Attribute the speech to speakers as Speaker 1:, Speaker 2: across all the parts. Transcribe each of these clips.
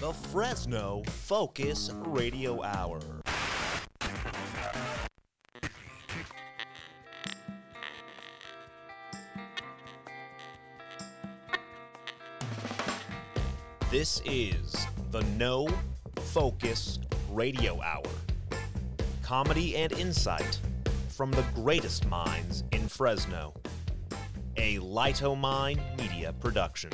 Speaker 1: the Fresno Focus Radio Hour. This is the No Focus Radio Hour. Comedy and insight from the greatest minds in Fresno. A Lito Mine Media production.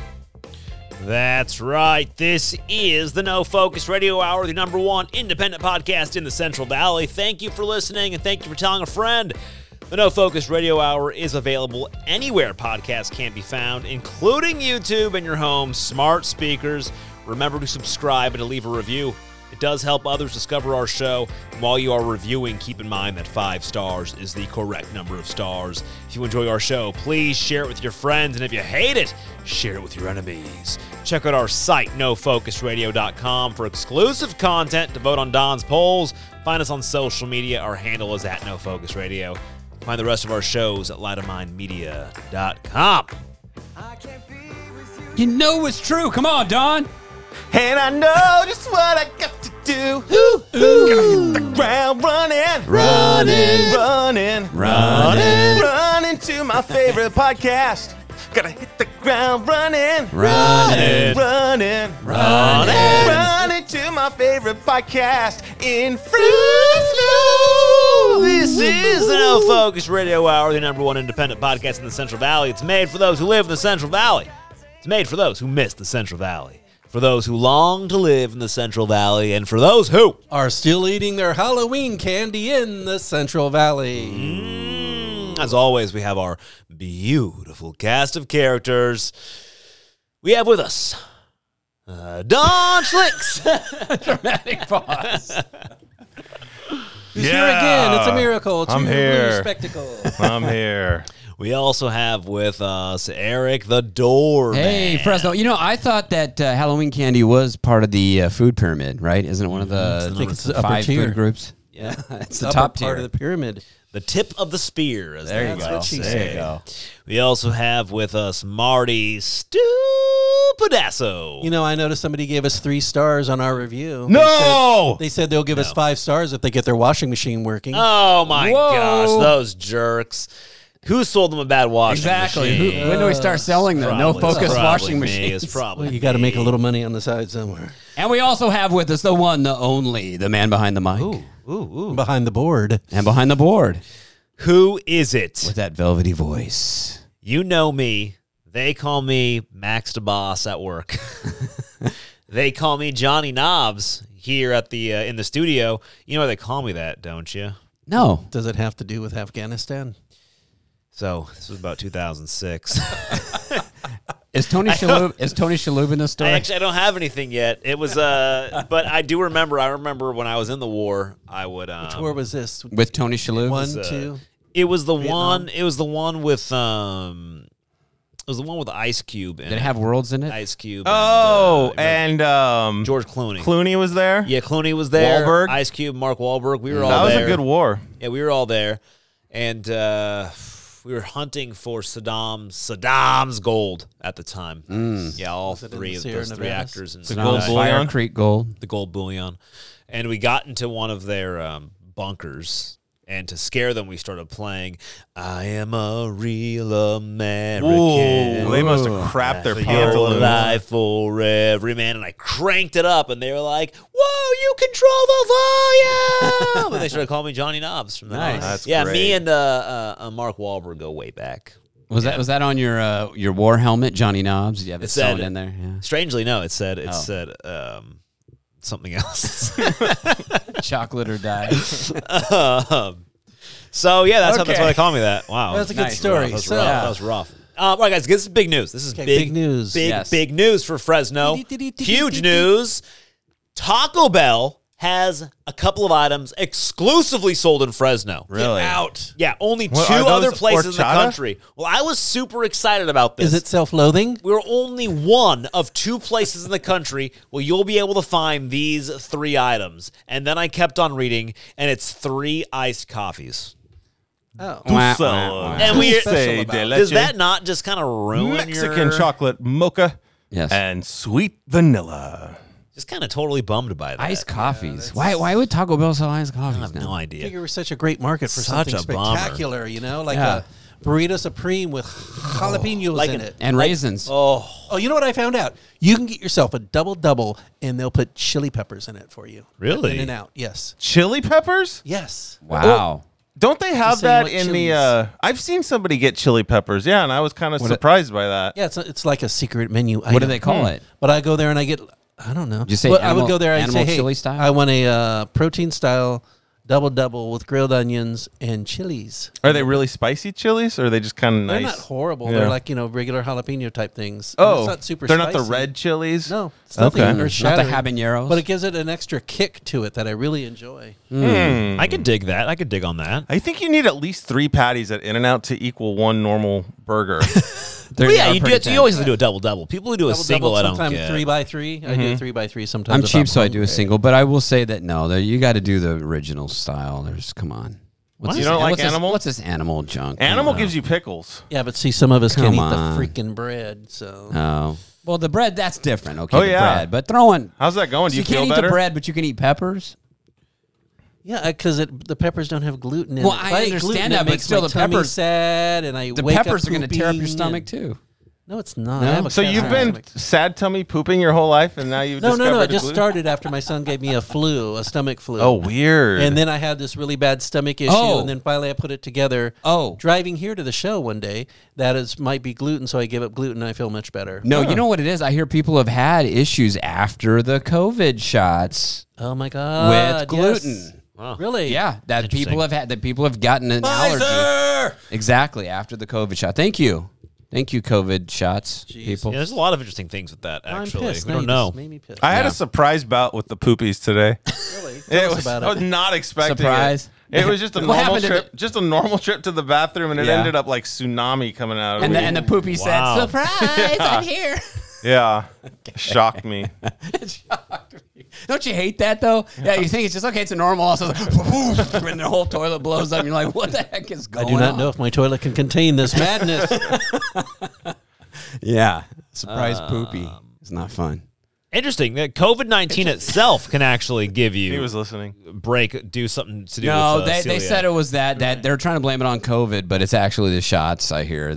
Speaker 1: That's right. This is the No Focus Radio Hour, the number one independent podcast in the Central Valley. Thank you for listening and thank you for telling a friend. The No Focus Radio Hour is available anywhere podcasts can be found, including YouTube and your home smart speakers. Remember to subscribe and to leave a review. It does help others discover our show. And while you are reviewing, keep in mind that five stars is the correct number of stars. If you enjoy our show, please share it with your friends. And if you hate it, share it with your enemies. Check out our site, nofocusradio.com, for exclusive content to vote on Don's polls. Find us on social media. Our handle is at nofocusradio. Find the rest of our shows at lightofmindmedia.com.
Speaker 2: You know it's true. Come on, Don.
Speaker 3: And I know just what I got to do. Gotta hit the ground running, running, running, running, running to my favorite podcast. Gotta hit the ground running,
Speaker 2: Running.
Speaker 3: running,
Speaker 2: Running.
Speaker 3: running to my favorite podcast in Fresno.
Speaker 1: This is the No Focus Radio Hour, the number one independent podcast in the Central Valley. It's made for those who live in the Central Valley. It's made for those who miss the Central Valley, for those who long to live in the Central Valley, and for those who
Speaker 4: are still eating their Halloween candy in the Central Valley.
Speaker 1: As always, we have our beautiful cast of characters. We have with us uh, Don Schlicks.
Speaker 2: Dramatic pause.
Speaker 4: He's here again. It's a miracle. Two
Speaker 3: I'm
Speaker 4: Blue
Speaker 3: here.
Speaker 4: spectacle.
Speaker 3: I'm here.
Speaker 1: we also have with us Eric the Door.
Speaker 2: hey, Fresno. You know, I thought that uh, Halloween candy was part of the uh, food pyramid, right? Isn't it one of the,
Speaker 4: think it's the upper
Speaker 2: five
Speaker 4: tier.
Speaker 2: food groups? Yeah, it's the
Speaker 4: Upper
Speaker 2: top tier.
Speaker 4: part of the pyramid.
Speaker 1: The tip of the spear. As
Speaker 2: there you
Speaker 1: they
Speaker 2: go.
Speaker 1: would say.
Speaker 2: There you go.
Speaker 1: We also have with us Marty Stupidasso.
Speaker 4: You know, I noticed somebody gave us three stars on our review. They said-
Speaker 3: No!
Speaker 4: They said, they will give us five stars if they get their washing machine working.
Speaker 1: oh my
Speaker 2: Whoa.
Speaker 1: gosh, those jerks. Who sold them a bad washing
Speaker 2: Exactly.
Speaker 1: machine?
Speaker 2: Who, when do we start selling them? No
Speaker 1: Probably-
Speaker 2: focus
Speaker 1: probably
Speaker 2: washing
Speaker 1: me.
Speaker 2: machines.
Speaker 1: It's probably
Speaker 4: Well, you got to make a
Speaker 1: me.
Speaker 4: little money on the side somewhere.
Speaker 2: And we also have with us the one, the only, the man behind the mic
Speaker 4: Behind the board.
Speaker 2: and behind the board
Speaker 1: Who is it?
Speaker 2: with that velvety voice.
Speaker 1: You know me. They call me Max the Boss at work. they call me Johnny Knobs here at the uh, in the studio. You know why they call me that, don't you?
Speaker 2: No.
Speaker 4: Does it have to do with Afghanistan?
Speaker 1: So this was about 2006.
Speaker 2: Is Tony Shalhoub is Tony Shalhoub in this
Speaker 1: I
Speaker 2: story?
Speaker 1: actually I don't have anything yet. It was uh, but I do remember. I remember when I was in the war. I would um,
Speaker 4: Where was this?
Speaker 2: with Tony Shalhoub?
Speaker 4: One,
Speaker 1: uh,
Speaker 4: two.
Speaker 1: It was the one. It was the one with um, it was the one with Ice Cube and
Speaker 2: Did it have worlds in it?
Speaker 1: Ice Cube.
Speaker 3: Oh,
Speaker 1: and, uh,
Speaker 3: and um,
Speaker 1: George Clooney.
Speaker 3: Clooney was there.
Speaker 1: Yeah, Clooney was there.
Speaker 3: Wahlberg. Mm.
Speaker 1: Ice Cube, Mark Wahlberg. We were all
Speaker 3: that was
Speaker 1: there.
Speaker 3: a good war.
Speaker 1: Yeah, we were all there, and uh, we were hunting for Saddam Saddam's gold at the time. Yeah, all
Speaker 4: it in
Speaker 1: three of
Speaker 4: Sierra
Speaker 1: those three
Speaker 4: Nevada?
Speaker 1: actors and
Speaker 3: Mm. gold
Speaker 1: Saddam-
Speaker 2: Fire
Speaker 3: bullion?
Speaker 2: Creek Gold.
Speaker 1: the gold bullion, and we got into one of their um, bunkers. And to scare them, we started playing "I Am a Real American."
Speaker 3: Whoa, they must have crapped their
Speaker 1: for your
Speaker 3: pantaloons.
Speaker 1: life for every man. And I cranked it up, and they were like, "Whoa, you control the volume!" and they started calling me Johnny Knobs from that.
Speaker 2: Nice.
Speaker 3: That's
Speaker 1: yeah, me
Speaker 3: great.
Speaker 1: and uh, uh, uh, Mark Wahlberg go way back.
Speaker 2: Was that was that on your uh, your war helmet, Johnny Knobs? You have it
Speaker 1: It said-
Speaker 2: sewn in there. Yeah.
Speaker 1: Strangely, no, it said it
Speaker 2: Oh.
Speaker 1: said um, something else.
Speaker 2: Chocolate or die.
Speaker 1: um, so yeah, that's how that's
Speaker 2: Okay.
Speaker 1: why they call me that. Wow,
Speaker 4: That's a good
Speaker 2: Nice.
Speaker 4: story.
Speaker 1: That was
Speaker 4: So-
Speaker 1: rough. That was rough. Uh, all right, guys, this is big news. This is
Speaker 4: Okay,
Speaker 1: big,
Speaker 4: big news.
Speaker 1: Big,
Speaker 2: Yes.
Speaker 1: big news for Fresno. Huge news. Taco Bell has a couple of items exclusively sold in Fresno.
Speaker 3: Really?
Speaker 4: out.
Speaker 1: Yeah, only
Speaker 3: What,
Speaker 1: two
Speaker 3: are those
Speaker 1: other places in the
Speaker 3: horchata?
Speaker 1: country. Well, I was super excited about this.
Speaker 4: Is it self-loathing?
Speaker 1: We're only one of two places in the country where you'll be able to find these three items. And then I kept on reading, and it's three iced coffees.
Speaker 4: Oh.
Speaker 2: Wah,
Speaker 3: So,
Speaker 2: wah, wah.
Speaker 1: And we-
Speaker 3: Dulce de
Speaker 1: Does
Speaker 3: leche,
Speaker 1: that not just kind of ruin
Speaker 3: Mexican
Speaker 1: your...
Speaker 3: chocolate mocha
Speaker 2: Yes.
Speaker 3: and sweet vanilla?
Speaker 1: Just kind of totally bummed by that.
Speaker 2: Iced coffees. why? Why would Taco Bell sell iced
Speaker 1: I
Speaker 2: coffees
Speaker 1: have
Speaker 2: now?
Speaker 1: no
Speaker 4: I think
Speaker 1: idea.
Speaker 4: it was such a great market for
Speaker 1: Such
Speaker 4: something
Speaker 1: a bummer.
Speaker 4: spectacular, you know, like
Speaker 2: Yeah.
Speaker 4: a burrito supreme with jalapenos
Speaker 1: Like
Speaker 4: in
Speaker 1: an-
Speaker 4: it.
Speaker 2: And raisins.
Speaker 4: oh, oh, you know what I found out? You can get yourself a double double, and they'll put chili peppers in it for you.
Speaker 1: Really?
Speaker 4: In and out. Yes.
Speaker 3: Chili peppers?
Speaker 4: Yes.
Speaker 2: wow.
Speaker 3: Don't they have
Speaker 4: Just so you
Speaker 3: that
Speaker 4: want
Speaker 3: in the?
Speaker 4: chilies.
Speaker 3: Uh, I've seen somebody get chili peppers. Yeah, and I was kind of
Speaker 2: a-
Speaker 3: surprised by that.
Speaker 4: Yeah, it's, it's like a secret menu.
Speaker 1: Oh.
Speaker 2: what do they
Speaker 1: Hmm.
Speaker 2: call it?
Speaker 4: But I go there and I get I don't know.
Speaker 2: you say
Speaker 4: Well, I
Speaker 2: animal-
Speaker 4: would go there. I
Speaker 2: animal
Speaker 4: say, hey,
Speaker 2: chili style?
Speaker 4: I want a uh, protein style double double with grilled onions and chilies.
Speaker 3: Are they really spicy chilies, or are they just kind of nice?
Speaker 4: They're not horrible.
Speaker 3: Yeah.
Speaker 4: They're like you know regular jalapeno type things. And
Speaker 3: Oh,
Speaker 4: it's not super.
Speaker 3: They're not
Speaker 4: spicy.
Speaker 3: the red chilies.
Speaker 4: No, it's nothing
Speaker 3: Okay.
Speaker 4: okay. earth shattering.
Speaker 2: Not the habaneros?
Speaker 4: but it gives it an extra kick to it that I really enjoy.
Speaker 1: I could dig that. I could dig on that.
Speaker 3: I think you need at least three patties at In and Out to equal one normal burger.
Speaker 2: They're-
Speaker 1: Well, yeah,
Speaker 2: they're
Speaker 1: you, do,
Speaker 2: pretty
Speaker 1: it- you
Speaker 2: thin.
Speaker 1: always have to do a double double. People who do a
Speaker 4: Double,
Speaker 1: single,
Speaker 4: double,
Speaker 1: I don't
Speaker 4: sometimes
Speaker 1: get.
Speaker 4: three by 3 I do three by three sometimes.
Speaker 2: Mm-hmm. I'm
Speaker 4: if
Speaker 2: cheap, so I do a
Speaker 4: hungry.
Speaker 2: single. But I will say that no, there, you got to do the original style. There's come on. What's
Speaker 3: You don't like
Speaker 2: what's
Speaker 3: animal?
Speaker 2: This, what's this animal junk?
Speaker 3: Animal gives you pickles.
Speaker 4: Yeah, but see, some of us
Speaker 2: Come
Speaker 4: can't
Speaker 2: on.
Speaker 4: eat the freaking bread. So
Speaker 2: Oh. Well, the bread that's different. Okay,
Speaker 3: Oh,
Speaker 2: the
Speaker 3: yeah.
Speaker 2: bread. But throwing.
Speaker 3: How's that going? Do
Speaker 2: So
Speaker 3: you,
Speaker 2: you can't
Speaker 3: feel
Speaker 2: eat
Speaker 3: better?
Speaker 2: the bread, but you can eat peppers.
Speaker 4: Yeah, because the peppers don't have gluten in
Speaker 2: Well,
Speaker 4: it. If
Speaker 2: I
Speaker 4: eat
Speaker 2: understand
Speaker 4: gluten, it
Speaker 2: that, but
Speaker 4: makes
Speaker 2: still
Speaker 4: my
Speaker 2: the
Speaker 4: tummy
Speaker 2: peppers-
Speaker 4: sad, and I
Speaker 2: The
Speaker 4: wake up
Speaker 2: peppers are going to tear up your
Speaker 4: pooping
Speaker 2: stomach
Speaker 4: and-
Speaker 2: too.
Speaker 4: No, it's not.
Speaker 2: No?
Speaker 4: I have a
Speaker 3: So
Speaker 4: cat
Speaker 3: you've been
Speaker 4: stomach.
Speaker 3: sad tummy pooping your whole life, and now you've
Speaker 4: No, no,
Speaker 3: discovered
Speaker 4: no. It
Speaker 3: the
Speaker 4: just
Speaker 3: gluten?
Speaker 4: started after my son gave me a flu, a stomach flu.
Speaker 3: Oh, weird.
Speaker 4: And then I had this really bad stomach issue,
Speaker 2: Oh.
Speaker 4: and then finally I put it together.
Speaker 2: Oh.
Speaker 4: driving here to the show one day, that is might be gluten, so I gave up gluten. and I feel much better.
Speaker 2: No, you know what it is. I hear people have had issues after the COVID shots
Speaker 4: Oh my
Speaker 2: with
Speaker 4: god, yes.
Speaker 2: gluten.
Speaker 4: Really?
Speaker 2: Yeah, that people
Speaker 1: Interesting.
Speaker 2: have had that people have gotten an allergy exactly after the COVID shot. Thank you, thank you, COVID shots, people.
Speaker 1: Yeah, there's a lot of interesting things with that.
Speaker 4: I'm
Speaker 1: Actually,
Speaker 4: pissed.
Speaker 1: we
Speaker 4: Now
Speaker 1: don't
Speaker 4: you
Speaker 1: know.
Speaker 4: just Made me pissed.
Speaker 3: I had a surprise bout with the poopies today.
Speaker 4: really? Tell
Speaker 3: It
Speaker 4: us
Speaker 3: was,
Speaker 4: about
Speaker 3: I was
Speaker 4: it.
Speaker 3: not expecting it.
Speaker 2: Surprise.
Speaker 3: It. was just a
Speaker 2: What
Speaker 3: normal
Speaker 2: happened to
Speaker 3: trip, just a normal trip to the bathroom, and it
Speaker 2: Yeah.
Speaker 3: ended up like tsunami coming out of
Speaker 2: And
Speaker 3: me.
Speaker 2: the, and the poopy
Speaker 1: Wow.
Speaker 2: said, "Surprise! I'm here."
Speaker 3: yeah, shocked me.
Speaker 2: Don't you hate that though? Yeah, you think it's just okay. It's a normal. Also, when the whole toilet blows up, you're like, "What the heck is
Speaker 4: I
Speaker 2: going on?"
Speaker 4: do not know if my toilet can contain this madness.
Speaker 2: Yeah, surprise
Speaker 4: Um,
Speaker 2: poopy. It's not fun.
Speaker 1: Interesting that COVID nineteen itself can actually give
Speaker 3: He
Speaker 1: you
Speaker 3: was listening.
Speaker 1: break, do something to do.
Speaker 2: No,
Speaker 1: with, uh,
Speaker 2: they, they
Speaker 1: celiac.
Speaker 2: said it was that that they're trying to blame it on COVID, but it's actually the shots. I hear.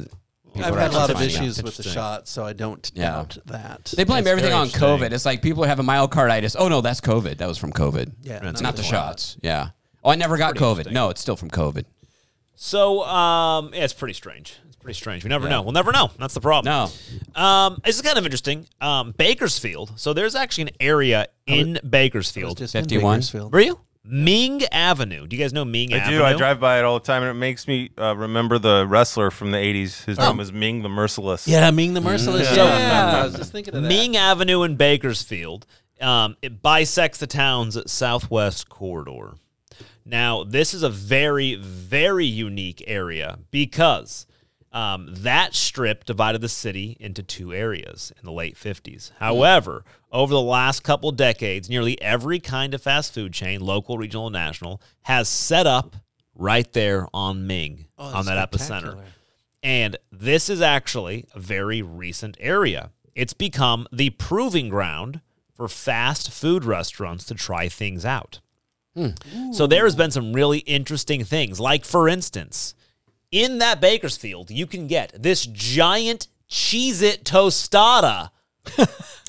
Speaker 2: People
Speaker 4: I've
Speaker 2: are
Speaker 4: had a lot
Speaker 2: actually
Speaker 4: of
Speaker 2: finding out.
Speaker 4: issues with the shot, so I don't
Speaker 2: Yeah.
Speaker 4: doubt that.
Speaker 2: They blame everything
Speaker 1: very
Speaker 2: on
Speaker 1: interesting.
Speaker 2: COVID. It's like people are having myocarditis. Oh no, that's COVID. That was from COVID.
Speaker 4: Yeah,
Speaker 2: it's
Speaker 4: That's
Speaker 2: not the
Speaker 4: good.
Speaker 2: shots. Yeah. Oh, I never got COVID. No, it's still from COVID.
Speaker 1: So, um, yeah, it's pretty strange. It's pretty strange. We never know. We'll never know. That's the problem.
Speaker 2: No.
Speaker 1: Um, this is kind of interesting. Um, Bakersfield. So there's actually an area in Bakersfield.
Speaker 4: Just in
Speaker 2: 51.
Speaker 4: Bakersfield.
Speaker 1: Were you Ming Avenue? Do you guys know Ming
Speaker 3: I
Speaker 1: Avenue?
Speaker 3: do. I drive by it all the time, and it makes me uh, remember the wrestler from the '80s. His name was Ming the Merciless.
Speaker 4: Oh. Yeah, Ming the Merciless.
Speaker 3: Yeah.
Speaker 4: Yeah, I was just thinking of that.
Speaker 1: Ming Avenue in Bakersfield. Um, it bisects the town's southwest corridor. Now, this is a very, very unique area because um, that strip divided the city into two areas in the late 50s.
Speaker 4: Hmm.
Speaker 1: However, over the last couple decades, nearly every kind of fast food chain, local, regional, and national, has set up right there on Ming, on
Speaker 4: Oh, that's
Speaker 1: that epicenter.
Speaker 4: spectacular.
Speaker 1: And this is actually a very recent area. It's become the proving ground for fast food restaurants to try things out. So there has been some really interesting things. Like, for instance, in that Bakersfield, you can get this giant Cheez It tostada.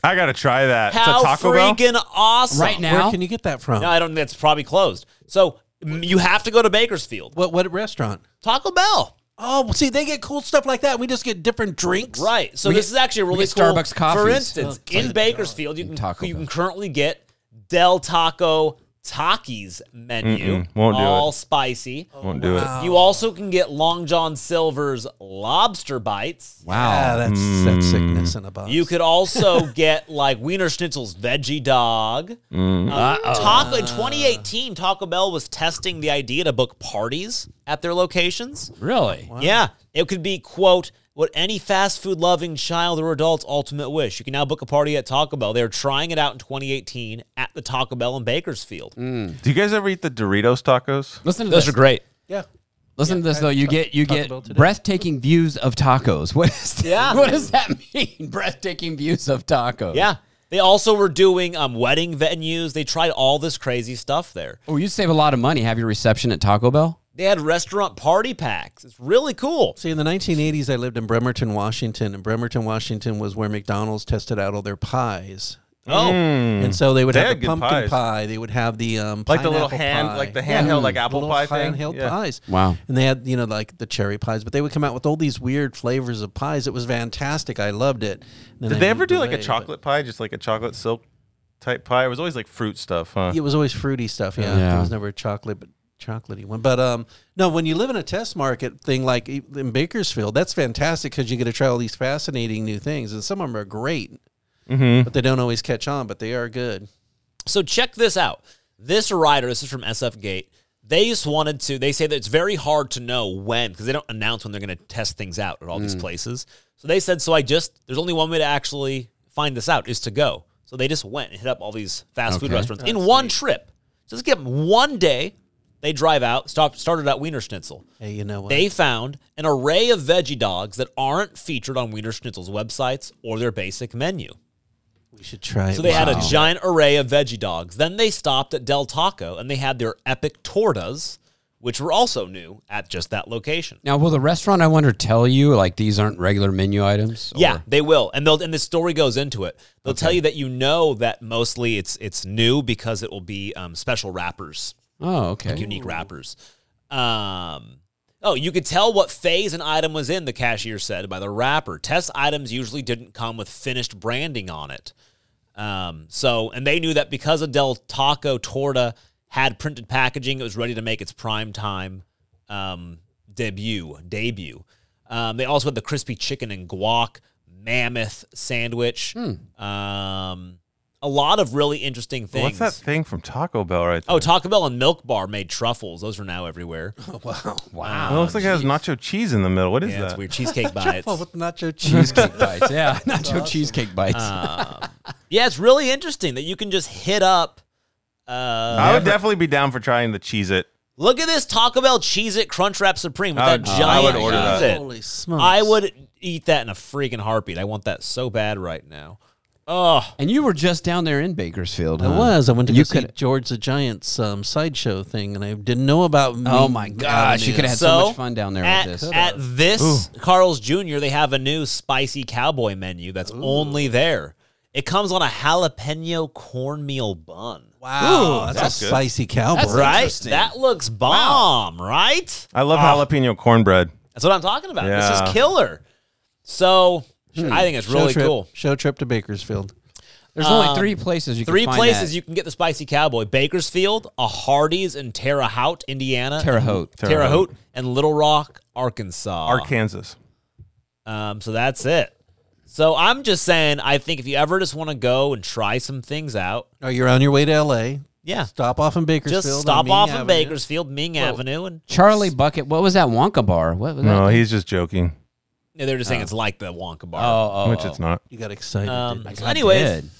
Speaker 3: I gotta try that.
Speaker 1: How
Speaker 3: it's a Taco Bell.
Speaker 1: freaking awesome.
Speaker 2: Right now?
Speaker 4: Where can you get that from?
Speaker 1: No, I don't that's probably closed. So mm, you have to go to Bakersfield.
Speaker 4: what what restaurant?
Speaker 1: Taco Bell.
Speaker 4: Oh, well, see, they get cool stuff like that. We just get different drinks.
Speaker 1: Right. So
Speaker 2: We
Speaker 1: this
Speaker 2: get-
Speaker 1: is actually a
Speaker 2: we
Speaker 1: really
Speaker 2: get
Speaker 1: cool.
Speaker 2: Starbucks
Speaker 1: For
Speaker 2: coffees.
Speaker 1: instance,
Speaker 4: Oh,
Speaker 1: in Bakersfield, you can
Speaker 2: Taco
Speaker 1: you
Speaker 2: Bell.
Speaker 1: can currently get Del Taco Takis menu,
Speaker 3: won't do
Speaker 1: all
Speaker 3: it.
Speaker 1: spicy.
Speaker 3: Won't do it.
Speaker 1: You also can get Long John Silver's lobster bites.
Speaker 4: Ah,
Speaker 2: Wow.
Speaker 4: that's that's sickness in a box.
Speaker 1: You could also get like Wiener Schnitzel's veggie dog. Uh, Taco in 2018, Taco Bell was testing the idea to book parties at their locations.
Speaker 2: Really?
Speaker 1: Yeah, it could be quote what any fast food loving child or adult's ultimate wish. You can now book a party at Taco Bell. They're trying it out in 2018 at the Taco Bell in Bakersfield.
Speaker 3: Do you guys ever eat the Doritos tacos?
Speaker 2: Listen to this.
Speaker 1: great.
Speaker 4: yeah.
Speaker 2: Listen to this though. You get you
Speaker 4: Bell
Speaker 2: get
Speaker 4: today.
Speaker 2: breathtaking views of tacos. What is that?
Speaker 1: Yeah.
Speaker 2: What does that mean? breathtaking views of tacos.
Speaker 1: Yeah. They also were doing um, wedding venues. They tried all this crazy stuff there.
Speaker 2: Oh, you save a lot of money. Have your reception at Taco Bell.
Speaker 1: They had restaurant party packs. It's really cool.
Speaker 4: See, in the 1980s, I lived in Bremerton, Washington, and Bremerton, Washington was where McDonald's tested out all their pies.
Speaker 1: Oh,
Speaker 4: And so they would
Speaker 5: They
Speaker 4: have
Speaker 5: had
Speaker 4: the
Speaker 5: good
Speaker 4: pumpkin
Speaker 5: pies.
Speaker 4: pie. They would have the um,
Speaker 5: Like the little
Speaker 4: pineapple
Speaker 5: hand-
Speaker 4: pie.
Speaker 5: like the handheld, like,
Speaker 4: the
Speaker 5: apple
Speaker 4: little
Speaker 5: pie thing?
Speaker 4: handheld
Speaker 5: Yeah.
Speaker 4: pies.
Speaker 2: Wow.
Speaker 4: And they had you know like the cherry pies, but they would come out with all these weird flavors of pies. It was fantastic. I loved it. And then I
Speaker 5: Did they ever
Speaker 4: moved
Speaker 5: do like
Speaker 4: away,
Speaker 5: a
Speaker 4: but-
Speaker 5: chocolate pie, just like a chocolate silk type pie? It was always like fruit stuff, huh?
Speaker 4: It was always fruity stuff. Yeah,
Speaker 2: Yeah.
Speaker 4: there was never a chocolate, but chocolatey one. But um, no, when you live in a test market thing like e- in Bakersfield, that's fantastic because you get to try all these fascinating new things, and some of them are great,
Speaker 2: Mm-hmm.
Speaker 4: but they don't always catch on. But they are good.
Speaker 1: So check this out. This rider, this is from SF Gate. They just wanted to. They say that it's very hard to know when because they don't announce when they're going to test things out at all these places. So they said, so I just there's only one way to actually find this out is to go. So they just went and hit up all these fast food
Speaker 2: Okay.
Speaker 1: restaurants in one trip. So just give them one day. They drive out, stop, started at Wiener Schnitzel.
Speaker 4: Hey, you know what?
Speaker 1: They found an array of veggie dogs that aren't featured on Wiener Schnitzel's websites or their basic menu.
Speaker 4: we should try. it.
Speaker 1: So they had a
Speaker 4: Wow.
Speaker 1: giant array of veggie dogs. Then they stopped at Del Taco and they had their epic tortas, which were also new at just that location.
Speaker 2: Now, will the restaurant I wonder tell you like these aren't regular menu items?
Speaker 1: Yeah,
Speaker 2: Or-
Speaker 1: they will, and they'll. And the story goes into it. They'll tell you that you know that mostly it's it's new because it will be um, special wrappers,
Speaker 2: Oh, okay.
Speaker 1: unique wrappers. Um, oh, you could tell what phase an item was in. The cashier said by the wrapper. Test items usually didn't come with finished branding on it. Um, so, and they knew that because a Del Taco Torta had printed packaging, it was ready to make its prime time um, debut. Debut. Um, they also had the crispy chicken and guac mammoth sandwich. Um, a lot of really interesting
Speaker 5: Hmm. Well,
Speaker 1: things.
Speaker 5: What's that thing from Taco Bell right there?
Speaker 1: Oh, Taco Bell and Milk Bar made truffles. Those are now everywhere.
Speaker 4: wow.
Speaker 1: Wow.
Speaker 5: it looks like it has nacho cheese in the middle. What is
Speaker 1: yeah,
Speaker 5: that?
Speaker 1: it's weird. Cheesecake bites.
Speaker 4: Well, with nacho cheese.
Speaker 2: cheesecake bites. Yeah, nacho cheesecake bites.
Speaker 1: Uh. Yeah, it's really interesting that you can just hit up. Uh,
Speaker 5: I would definitely be down for trying the cheese it.
Speaker 1: look at this Taco Bell Cheese It Crunchwrap Supreme with
Speaker 5: I
Speaker 1: that
Speaker 5: would- I would
Speaker 1: giant
Speaker 5: order that.
Speaker 1: Cheez-It.
Speaker 4: Holy smokes!
Speaker 1: I would eat that in a freaking heartbeat. I want that so bad right now. Oh,
Speaker 2: and you were just down there in Bakersfield.
Speaker 4: I
Speaker 2: huh?
Speaker 4: was. I went to go
Speaker 2: You
Speaker 4: see
Speaker 2: could-
Speaker 4: George the Giant's um, sideshow thing, and I didn't know about.
Speaker 2: Oh
Speaker 4: Meat
Speaker 2: my gosh, you
Speaker 4: Avenues.
Speaker 2: could have had so,
Speaker 1: so
Speaker 2: much fun down there
Speaker 1: at,
Speaker 2: with this.
Speaker 1: at this Carl's Jr., they have a new spicy cowboy menu that's only there. It comes on a jalapeno cornmeal bun.
Speaker 4: Wow, that's,
Speaker 5: that's
Speaker 4: a
Speaker 5: good.
Speaker 4: spicy cowboy.
Speaker 1: right? That looks bomb, right?
Speaker 5: I love jalapeno cornbread.
Speaker 1: That's what I'm talking about. This
Speaker 5: Yeah.
Speaker 1: is killer. So I think it's
Speaker 4: Show
Speaker 1: really
Speaker 4: trip-
Speaker 1: cool.
Speaker 4: Show trip to Bakersfield.
Speaker 2: There's
Speaker 1: um,
Speaker 2: only three places you can
Speaker 1: Three
Speaker 2: find
Speaker 1: places
Speaker 2: that.
Speaker 1: you can get the spicy cowboy: Bakersfield, a Hardee's in Terre Haute, Indiana,
Speaker 2: Terre Haute.
Speaker 1: Terre, Haute, Ah. and Little Rock, Arkansas.
Speaker 5: Arkansas.
Speaker 1: Um, so that's it. So I'm just saying, I think if you ever just want to go and try some things out,
Speaker 4: Oh, you're on your way to L.A.
Speaker 1: yeah,
Speaker 4: Stop off in Bakersfield.
Speaker 1: just stop
Speaker 4: on
Speaker 1: off
Speaker 4: Ming
Speaker 1: in
Speaker 4: Avenue.
Speaker 1: Bakersfield, Ming Avenue, and
Speaker 2: Charlie Bucket. What was that Wonka bar? What was
Speaker 5: No,
Speaker 2: that?
Speaker 5: he's just joking,
Speaker 1: Yeah, they're just saying it's like the Wonka bar.
Speaker 2: Oh, oh,
Speaker 5: which
Speaker 2: oh.
Speaker 5: it's not.
Speaker 4: You got excited.
Speaker 1: um,
Speaker 4: didn't you?
Speaker 1: so anyways,
Speaker 2: Did.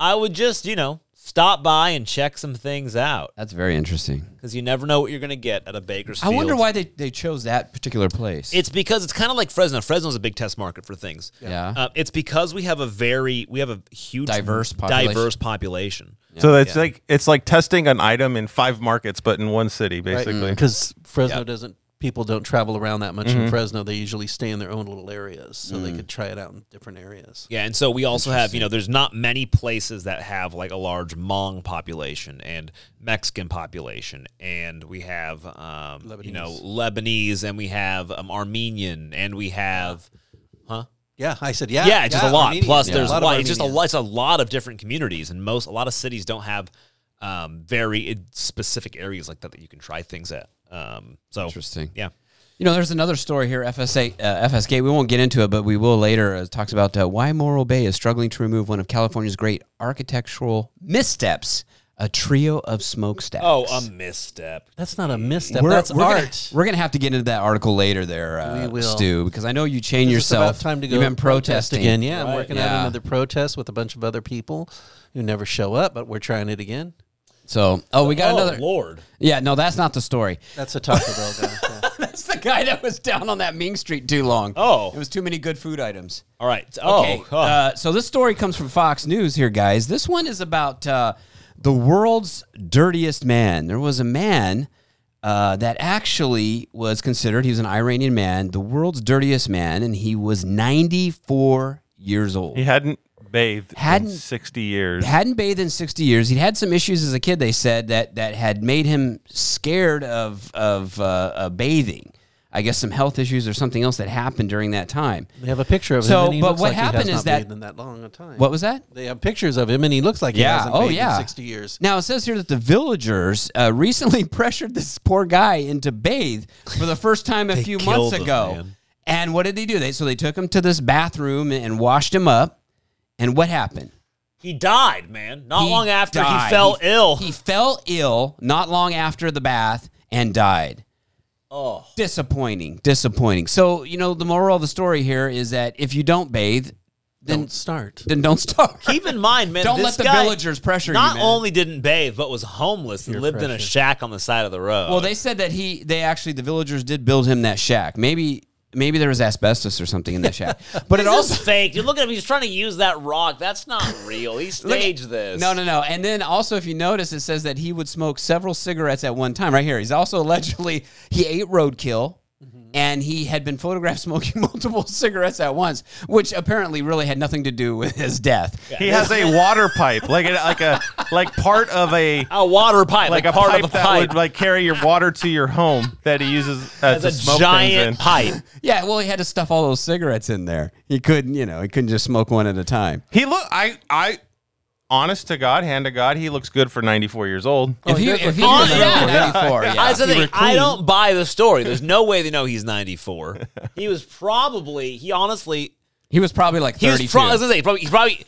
Speaker 1: I would just you know stop by and check some things out
Speaker 2: that's very interesting.
Speaker 1: because you never know what you're gonna get at a Bakersfield.
Speaker 2: I wonder why they, they chose that particular place.
Speaker 1: It's because it's kind of like Fresno. Fresno's a big test market for things.
Speaker 2: Yeah.
Speaker 1: Uh, it's because we have a very we have a huge
Speaker 2: Diverse population.
Speaker 1: diverse population.
Speaker 5: So it's like it's like testing an item in five markets, but in one city, basically.
Speaker 4: because Mm. Fresno doesn't. People don't travel around that much
Speaker 2: Mm-hmm.
Speaker 4: in Fresno. They usually stay in their own little areas, so
Speaker 2: Mm.
Speaker 4: they could try it out in different areas.
Speaker 1: Yeah, and so we also have, you know, there's not many places that have like a large Hmong population and Mexican population, and we have, um, you know, Lebanese, and we have um, Armenian, and we have,
Speaker 4: Yeah, I said yeah.
Speaker 1: yeah, it's just a lot.
Speaker 4: Armenians,
Speaker 1: Plus,
Speaker 4: yeah.
Speaker 1: there's
Speaker 4: A lot of
Speaker 1: white. It's just a
Speaker 4: Armenians.
Speaker 1: lot. It's a lot of different communities, and most a lot of cities don't have um, very specific areas like that that you can try things at. Um, so
Speaker 2: Interesting.
Speaker 1: yeah.
Speaker 2: You know, there's another story here, FSA, uh, FSK. We won't get into it, but we will later. It talks about uh, why Morro Bay is struggling to remove one of California's great architectural missteps, a trio of smokestacks.
Speaker 1: Oh,
Speaker 4: um,
Speaker 1: a misstep.
Speaker 4: That's not a misstep.
Speaker 2: We're,
Speaker 4: That's
Speaker 2: we're
Speaker 4: art.
Speaker 2: Gonna, we're gonna have to get into that article later, there, uh,
Speaker 4: We will.
Speaker 2: Stu, because I know you chain
Speaker 4: It's about
Speaker 2: yourself.
Speaker 4: time to go
Speaker 2: You've been
Speaker 4: protest
Speaker 2: protesting
Speaker 4: again. Yeah, I'm
Speaker 1: Right.
Speaker 4: working
Speaker 2: Yeah.
Speaker 4: out another protest with a bunch of other people who never show up, but we're trying it again.
Speaker 2: So, oh, we got
Speaker 1: oh
Speaker 2: another.
Speaker 1: Lord.
Speaker 2: Yeah, no, that's not the story.
Speaker 4: That's a Taco Bell guy. yeah.
Speaker 2: That's the the guy that was down on that Ming Street too long.
Speaker 1: Oh.
Speaker 2: It was too many good food items.
Speaker 1: All right. Oh,
Speaker 2: okay.
Speaker 1: huh.
Speaker 2: Uh, so this story comes from Fox News here, guys. This one is about uh, the world's dirtiest man. There was a man uh, that actually was considered, he was an Iranian man, the world's dirtiest man, and he was 94 years old.
Speaker 3: He hadn't bathed
Speaker 2: Hadn't-
Speaker 3: in 60 years.
Speaker 2: Hadn't bathed in 60 years. He'd had some issues as a kid, they said, that, that had made him scared of, of uh, uh, bathing. I guess some health issues or something else that happened during that time.
Speaker 4: They have a picture of
Speaker 2: So,
Speaker 4: him. And he
Speaker 2: but
Speaker 4: looks
Speaker 2: what
Speaker 4: like he has
Speaker 2: happened
Speaker 4: not
Speaker 2: is that-
Speaker 4: bathed in that long a time.
Speaker 2: What was that?
Speaker 4: they have pictures of him, and he looks like he hasn't
Speaker 2: Oh,
Speaker 4: bathed in sixty years.
Speaker 2: Now it says here that the villagers uh, recently pressured this poor guy into bathe for the first time a few months
Speaker 1: killed him,
Speaker 2: ago.
Speaker 1: man.
Speaker 2: And what did they do? They so they took him to this bathroom and washed him up. And what happened?
Speaker 1: he died, man. Not
Speaker 2: He
Speaker 1: long after
Speaker 2: died.
Speaker 1: he fell ill.
Speaker 2: He fell ill not long after the bath and died.
Speaker 1: oh,
Speaker 2: Disappointing, disappointing. So you know the moral of the story here is that if you don't bathe, then
Speaker 4: Don't start.
Speaker 2: then don't start.
Speaker 1: keep in mind, man.
Speaker 2: Don't
Speaker 1: this
Speaker 2: let the
Speaker 1: guy
Speaker 2: villagers pressure you,
Speaker 1: Not
Speaker 2: man.
Speaker 1: only didn't bathe, but was homeless and
Speaker 4: Peer
Speaker 1: lived in a
Speaker 4: pressure.
Speaker 1: shack on the side of the road.
Speaker 2: Well, they said that he, they actually, the villagers did build him that shack. Maybe, maybe there was asbestos or something in that shack. But it
Speaker 1: This is
Speaker 2: also,
Speaker 1: fake. You look at him. He's trying to use that rock. That's not real. He
Speaker 2: Look at-
Speaker 1: staged this.
Speaker 2: no, no, no. And then also, if you notice, it says that he would smoke several cigarettes at one time. Right here, he's also allegedly he ate roadkill.
Speaker 1: Mm-hmm.
Speaker 2: And he had been photographed smoking multiple cigarettes at once, which apparently really had nothing to do with his death.
Speaker 3: he has a water pipe, like a, like a like part of a
Speaker 1: A water pipe,
Speaker 3: like,
Speaker 1: like,
Speaker 3: a
Speaker 1: part
Speaker 3: pipe
Speaker 1: of a
Speaker 3: that
Speaker 1: pipe.
Speaker 3: would like carry your water to your home that he uses uh,
Speaker 1: as
Speaker 3: to
Speaker 1: a
Speaker 3: smoke
Speaker 1: giant
Speaker 3: things in.
Speaker 1: pipe.
Speaker 2: Yeah, well, he had to stuff all those cigarettes in there. He couldn't, you know, he couldn't just smoke one at a time.
Speaker 3: He look I I honest to God, hand to God, he looks good for 94 years old.
Speaker 2: if you, if he
Speaker 1: Oh,
Speaker 2: was
Speaker 1: yeah.
Speaker 2: around 94, yeah.
Speaker 1: That's the
Speaker 2: If he
Speaker 1: thing.
Speaker 2: were
Speaker 1: I
Speaker 2: clean-
Speaker 1: don't buy the story. There's no way they know he's 94. he was probably. He honestly.
Speaker 2: He was probably like
Speaker 1: He
Speaker 2: 32.
Speaker 1: was probably. I was gonna say he probably, he probably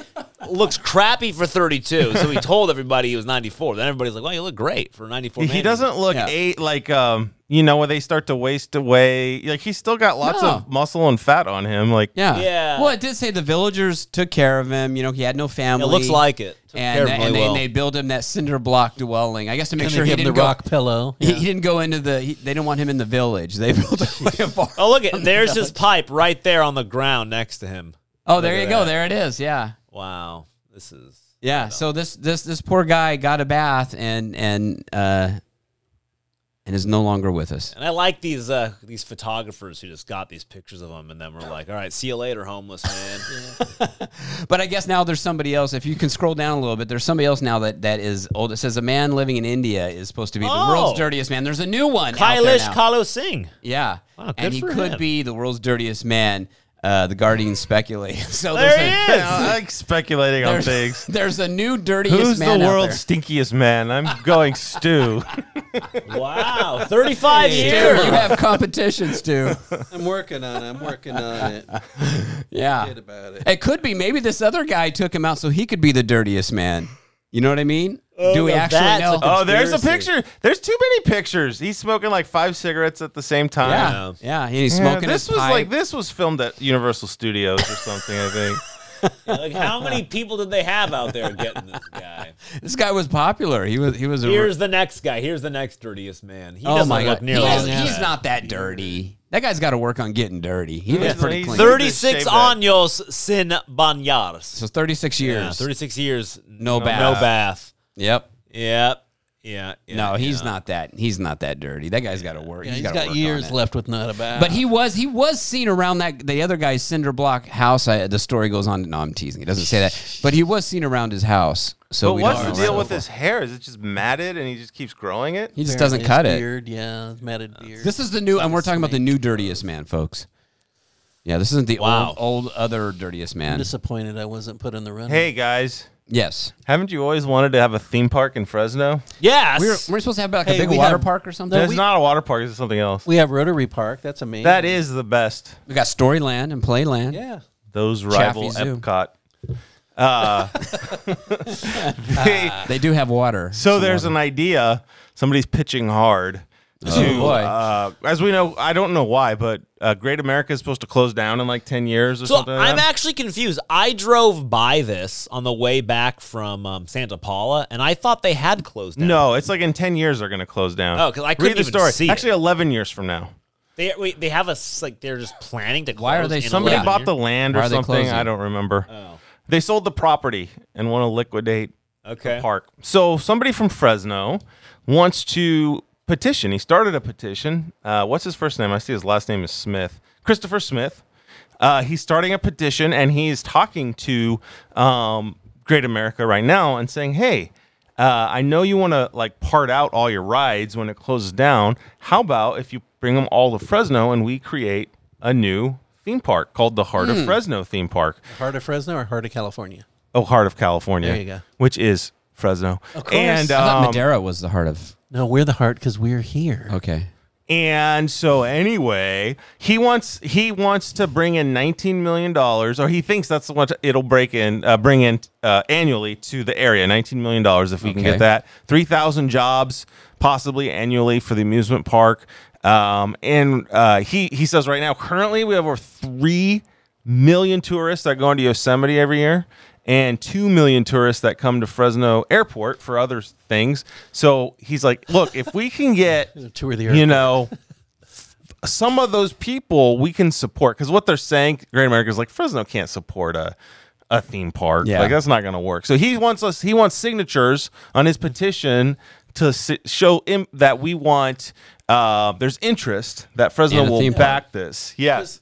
Speaker 1: looks crappy for 32. So he told everybody he was 94. Then everybody's like, "Well, you look great for 94."
Speaker 3: He
Speaker 1: man."
Speaker 3: doesn't look
Speaker 2: Yeah.
Speaker 3: eight like um you know when they start to waste away. Like he's still got lots
Speaker 2: No.
Speaker 3: of muscle and fat on him. Like
Speaker 2: yeah.
Speaker 1: Yeah.
Speaker 2: Well, it did say the villagers took care of him. You know, he had no
Speaker 1: It
Speaker 2: family.
Speaker 1: looks like it. Took care
Speaker 2: And,
Speaker 1: of him
Speaker 2: and,
Speaker 1: really
Speaker 2: they,
Speaker 1: well.
Speaker 2: they built him that cinder block dwelling. I guess to make
Speaker 4: And
Speaker 2: sure
Speaker 4: they
Speaker 2: he
Speaker 4: give him the
Speaker 2: didn't go.
Speaker 4: rock pillow.
Speaker 2: he, he didn't go into the. He, they didn't want him in the village. They built him like a farm.
Speaker 1: Oh look at there's his pipe right there on the ground next to him.
Speaker 2: Oh, there
Speaker 1: Look
Speaker 2: you
Speaker 1: at
Speaker 2: go.
Speaker 1: that.
Speaker 2: There it is. Yeah.
Speaker 1: Wow, this is
Speaker 2: Yeah. So this this this poor guy got a bath and and uh and is no longer with us.
Speaker 1: and I like these uh these photographers who just got these pictures of him and then we're like, all right, see you later, homeless man.
Speaker 2: But I guess now there's somebody else. If you can scroll down a little bit, there's somebody else now that, that is old. It says a man living in India is supposed to be the
Speaker 1: Oh.
Speaker 2: world's dirtiest man. There's a new one. out there
Speaker 1: Kailish
Speaker 2: now.
Speaker 1: Kalo Singh.
Speaker 2: yeah,
Speaker 1: Wow,
Speaker 2: and
Speaker 1: good
Speaker 2: he
Speaker 1: for
Speaker 2: could
Speaker 1: him.
Speaker 2: be the world's dirtiest man. Uh, the Guardian speculated. So
Speaker 1: There
Speaker 2: there's a,
Speaker 1: he
Speaker 3: you
Speaker 1: is.
Speaker 3: know, I like speculating on
Speaker 2: there's,
Speaker 3: things.
Speaker 2: there's a new dirtiest
Speaker 3: Who's the
Speaker 2: man out
Speaker 3: world's stinkiest man? I'm going Stu.
Speaker 1: Wow, 35
Speaker 2: there. Dude,
Speaker 1: years.
Speaker 2: you have competitions too.
Speaker 4: I'm working on it. I'm working on it.
Speaker 2: Yeah,
Speaker 4: Forget about it.
Speaker 2: it could be. Maybe this other guy took him out so he could be the dirtiest man. You know what I mean? Do we
Speaker 1: now
Speaker 2: actually
Speaker 1: that's
Speaker 2: know?
Speaker 1: a
Speaker 3: Oh, there's a
Speaker 1: Conspiracy.
Speaker 3: picture. There's too many pictures. He's smoking like five cigarettes at the same time.
Speaker 2: yeah, yeah. He's smoking.
Speaker 3: this
Speaker 2: his
Speaker 3: was
Speaker 2: pipe.
Speaker 3: like this was filmed at Universal Studios or something. I think.
Speaker 1: Like, how many people did they have out there getting this guy?
Speaker 2: This guy was popular. He was he was a
Speaker 1: Here's the next guy. Here's the next dirtiest man. He
Speaker 2: oh
Speaker 1: doesn't
Speaker 2: my
Speaker 1: look
Speaker 2: god.
Speaker 1: nearly.
Speaker 2: He
Speaker 1: as
Speaker 2: is-
Speaker 1: bad.
Speaker 2: he's not that dirty. That guy's got to work on getting dirty. He
Speaker 3: Yeah,
Speaker 2: was pretty
Speaker 3: he's
Speaker 2: clean.
Speaker 3: thirty-
Speaker 1: 36
Speaker 3: Shave that.
Speaker 1: años sin bañarse.
Speaker 2: so 36 years.
Speaker 1: Yeah, 36 years.
Speaker 2: No bath.
Speaker 1: No bath.
Speaker 2: Yep.
Speaker 1: Yep. Yeah. yeah
Speaker 2: No, he's
Speaker 1: yeah.
Speaker 2: not that. He's not that dirty. That guy's got to work.
Speaker 4: Yeah,
Speaker 2: he's
Speaker 4: he's
Speaker 2: gotta work
Speaker 4: got
Speaker 2: on
Speaker 4: years
Speaker 2: it.
Speaker 4: left with not a bath.
Speaker 2: But he was he was seen around that the other guy's cinder block house. I, the story goes on. No, I'm teasing. It doesn't say that. But he was seen around his house. So
Speaker 3: but
Speaker 2: we
Speaker 3: what's
Speaker 2: don't
Speaker 3: the
Speaker 2: know
Speaker 3: deal
Speaker 2: so
Speaker 3: with
Speaker 2: far.
Speaker 3: his hair? Is it just matted and he just keeps growing it?
Speaker 2: He just doesn't cut it.
Speaker 4: beard, Yeah, his matted beard.
Speaker 2: This is the new, and we're talking about the new dirtiest man, folks. Yeah, this isn't the
Speaker 1: Wow.
Speaker 2: old, old other dirtiest
Speaker 4: I'm
Speaker 2: man.
Speaker 4: disappointed I wasn't put in the running.
Speaker 3: Hey guys,
Speaker 2: Yes,
Speaker 3: haven't you always wanted to have a theme park in Fresno?
Speaker 1: Yes.
Speaker 2: we were, we're supposed to have like
Speaker 4: Hey,
Speaker 2: a big
Speaker 4: we
Speaker 2: water
Speaker 4: have-
Speaker 2: park or something.
Speaker 4: No,
Speaker 3: There's
Speaker 2: we,
Speaker 3: not a water park. It's something else.
Speaker 4: We have Rotary Park. That's amazing.
Speaker 3: That is the best.
Speaker 2: we got Storyland and Playland.
Speaker 4: Yeah.
Speaker 3: Those rival
Speaker 2: Chaffee Zoo.
Speaker 3: Epcot. Uh, they-
Speaker 2: They do have water. Oh,
Speaker 3: So there's an idea. Somebody's pitching hard. to,
Speaker 2: boy.
Speaker 3: Uh, as we know, I don't know why, but uh, Great America is supposed to close down in like ten years or
Speaker 1: So
Speaker 3: something. like
Speaker 1: I'm
Speaker 3: that.
Speaker 1: actually confused. I drove by this on the way back from um, Santa Paula, and I thought they had closed down.
Speaker 3: no, it's like in ten years they're going to close down.
Speaker 1: Oh, 'cause I couldn't
Speaker 3: read the
Speaker 1: even
Speaker 3: story.
Speaker 1: see it.
Speaker 3: actually, eleven years from now.
Speaker 1: They wait, they have us like they're just planning to. Close
Speaker 2: Why are they
Speaker 1: in
Speaker 2: so-
Speaker 3: Somebody
Speaker 2: Yeah.
Speaker 3: bought the land
Speaker 2: Why
Speaker 3: or
Speaker 2: are they
Speaker 3: something.
Speaker 2: closing?
Speaker 3: I don't remember.
Speaker 1: Oh.
Speaker 3: They sold the property and want to liquidate
Speaker 1: Okay.
Speaker 3: the park. So somebody from Fresno wants to petition. He started a petition. Uh, what's his first name? I see his last name is Smith. Christopher Smith. Uh, he's starting a petition and he's talking to um, Great America right now and saying, "Hey, uh, I know you want to like part out all your rides when it closes down. How about if you bring them all to Fresno and we create a new theme park called the Heart of Fresno Theme Park."
Speaker 4: Heart of Fresno or Heart of California?
Speaker 3: Oh, heart of California.
Speaker 4: There you go.
Speaker 3: Which is Fresno. And
Speaker 2: I thought
Speaker 3: um,
Speaker 2: Madera was the heart of.
Speaker 4: No, we're the heart because we're here.
Speaker 2: Okay.
Speaker 3: and so anyway, he wants he wants to bring in 19 million dollars or he thinks that's what it'll break in uh, bring in uh, annually to the area, 19 million dollars if we can
Speaker 2: Okay.
Speaker 3: get that. 3,000 jobs possibly annually for the amusement park. Um, and uh, he he says right now currently we have over 3 million tourists that go into Yosemite every year and 2 million tourists that come to Fresno Airport for other things. So he's like, look, if we can get
Speaker 4: Tour the
Speaker 3: you
Speaker 4: airport.
Speaker 3: know, some of those people we can support because what they're saying, Great America is like Fresno can't support a a theme park.
Speaker 2: Yeah.
Speaker 3: Like that's not going to work. So he wants us. He wants signatures on his petition to s- show him that we want. Uh, there's interest that Fresno
Speaker 2: In a
Speaker 3: will
Speaker 2: theme park.
Speaker 3: back this. Yes.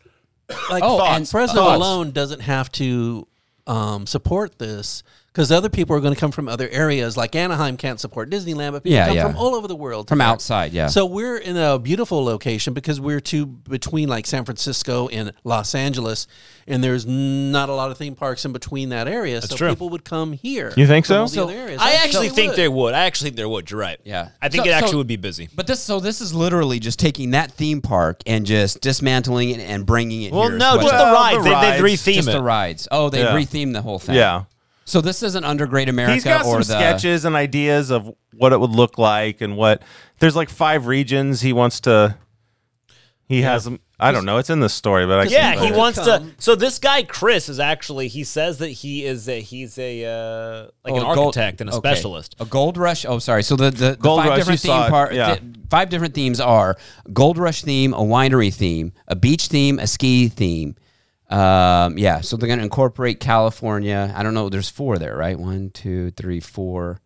Speaker 4: Like,
Speaker 2: Oh,
Speaker 4: thoughts.
Speaker 2: and
Speaker 4: Fresno
Speaker 2: thoughts.
Speaker 4: alone doesn't have to um, support this because other people are going to come from other areas. Like Anaheim can't support Disneyland, but people
Speaker 2: Yeah,
Speaker 4: come
Speaker 2: yeah.
Speaker 4: from all over the world. to
Speaker 2: From
Speaker 4: park.
Speaker 2: outside, yeah.
Speaker 4: So we're in a beautiful location because we're two between like San Francisco and Los Angeles, and there's not a lot of theme parks in between that area. so
Speaker 1: true.
Speaker 4: people would come here.
Speaker 3: You think
Speaker 4: from
Speaker 3: so?
Speaker 4: all the other areas.
Speaker 1: I
Speaker 4: That's-
Speaker 1: actually
Speaker 4: they
Speaker 1: think
Speaker 4: would.
Speaker 1: they would. I actually think they would. You're right.
Speaker 2: Yeah.
Speaker 1: I think
Speaker 2: So-
Speaker 1: it actually
Speaker 2: so-
Speaker 1: would be busy.
Speaker 2: But this, so this is literally just taking that theme park and just dismantling it and bringing it.
Speaker 1: Well,
Speaker 2: here is
Speaker 1: no,
Speaker 2: what-
Speaker 1: just the
Speaker 3: Well,
Speaker 1: rides.
Speaker 3: the
Speaker 1: They, they
Speaker 3: rides.
Speaker 1: retheme
Speaker 2: just
Speaker 1: it.
Speaker 2: the rides. Oh, they
Speaker 3: Yeah.
Speaker 2: rethemed the whole thing.
Speaker 3: Yeah.
Speaker 2: So this isn't under Great America
Speaker 3: He's got
Speaker 2: or
Speaker 3: some
Speaker 2: the
Speaker 3: sketches and ideas of what it would look like and what there's like five regions he wants to. He has them. I don't know. It's in the story, but I can't
Speaker 1: Yeah,
Speaker 3: remember.
Speaker 1: he
Speaker 4: People
Speaker 1: wants to.
Speaker 4: come.
Speaker 1: So this guy Chris is actually he says that he is a he's a uh, like an
Speaker 2: Oh, a gold-
Speaker 1: architect and a
Speaker 2: okay.
Speaker 1: specialist.
Speaker 2: A gold rush. Oh, sorry. So the the, the
Speaker 3: Gold
Speaker 2: five
Speaker 3: rush,
Speaker 2: different
Speaker 3: you
Speaker 2: theme
Speaker 3: saw it,
Speaker 2: par-
Speaker 3: yeah.
Speaker 2: thi- five different themes are gold rush theme, a winery theme, a beach theme, a ski theme. Um, yeah. So they're going to incorporate California. I don't know. There's four there, right? One, two, three, four.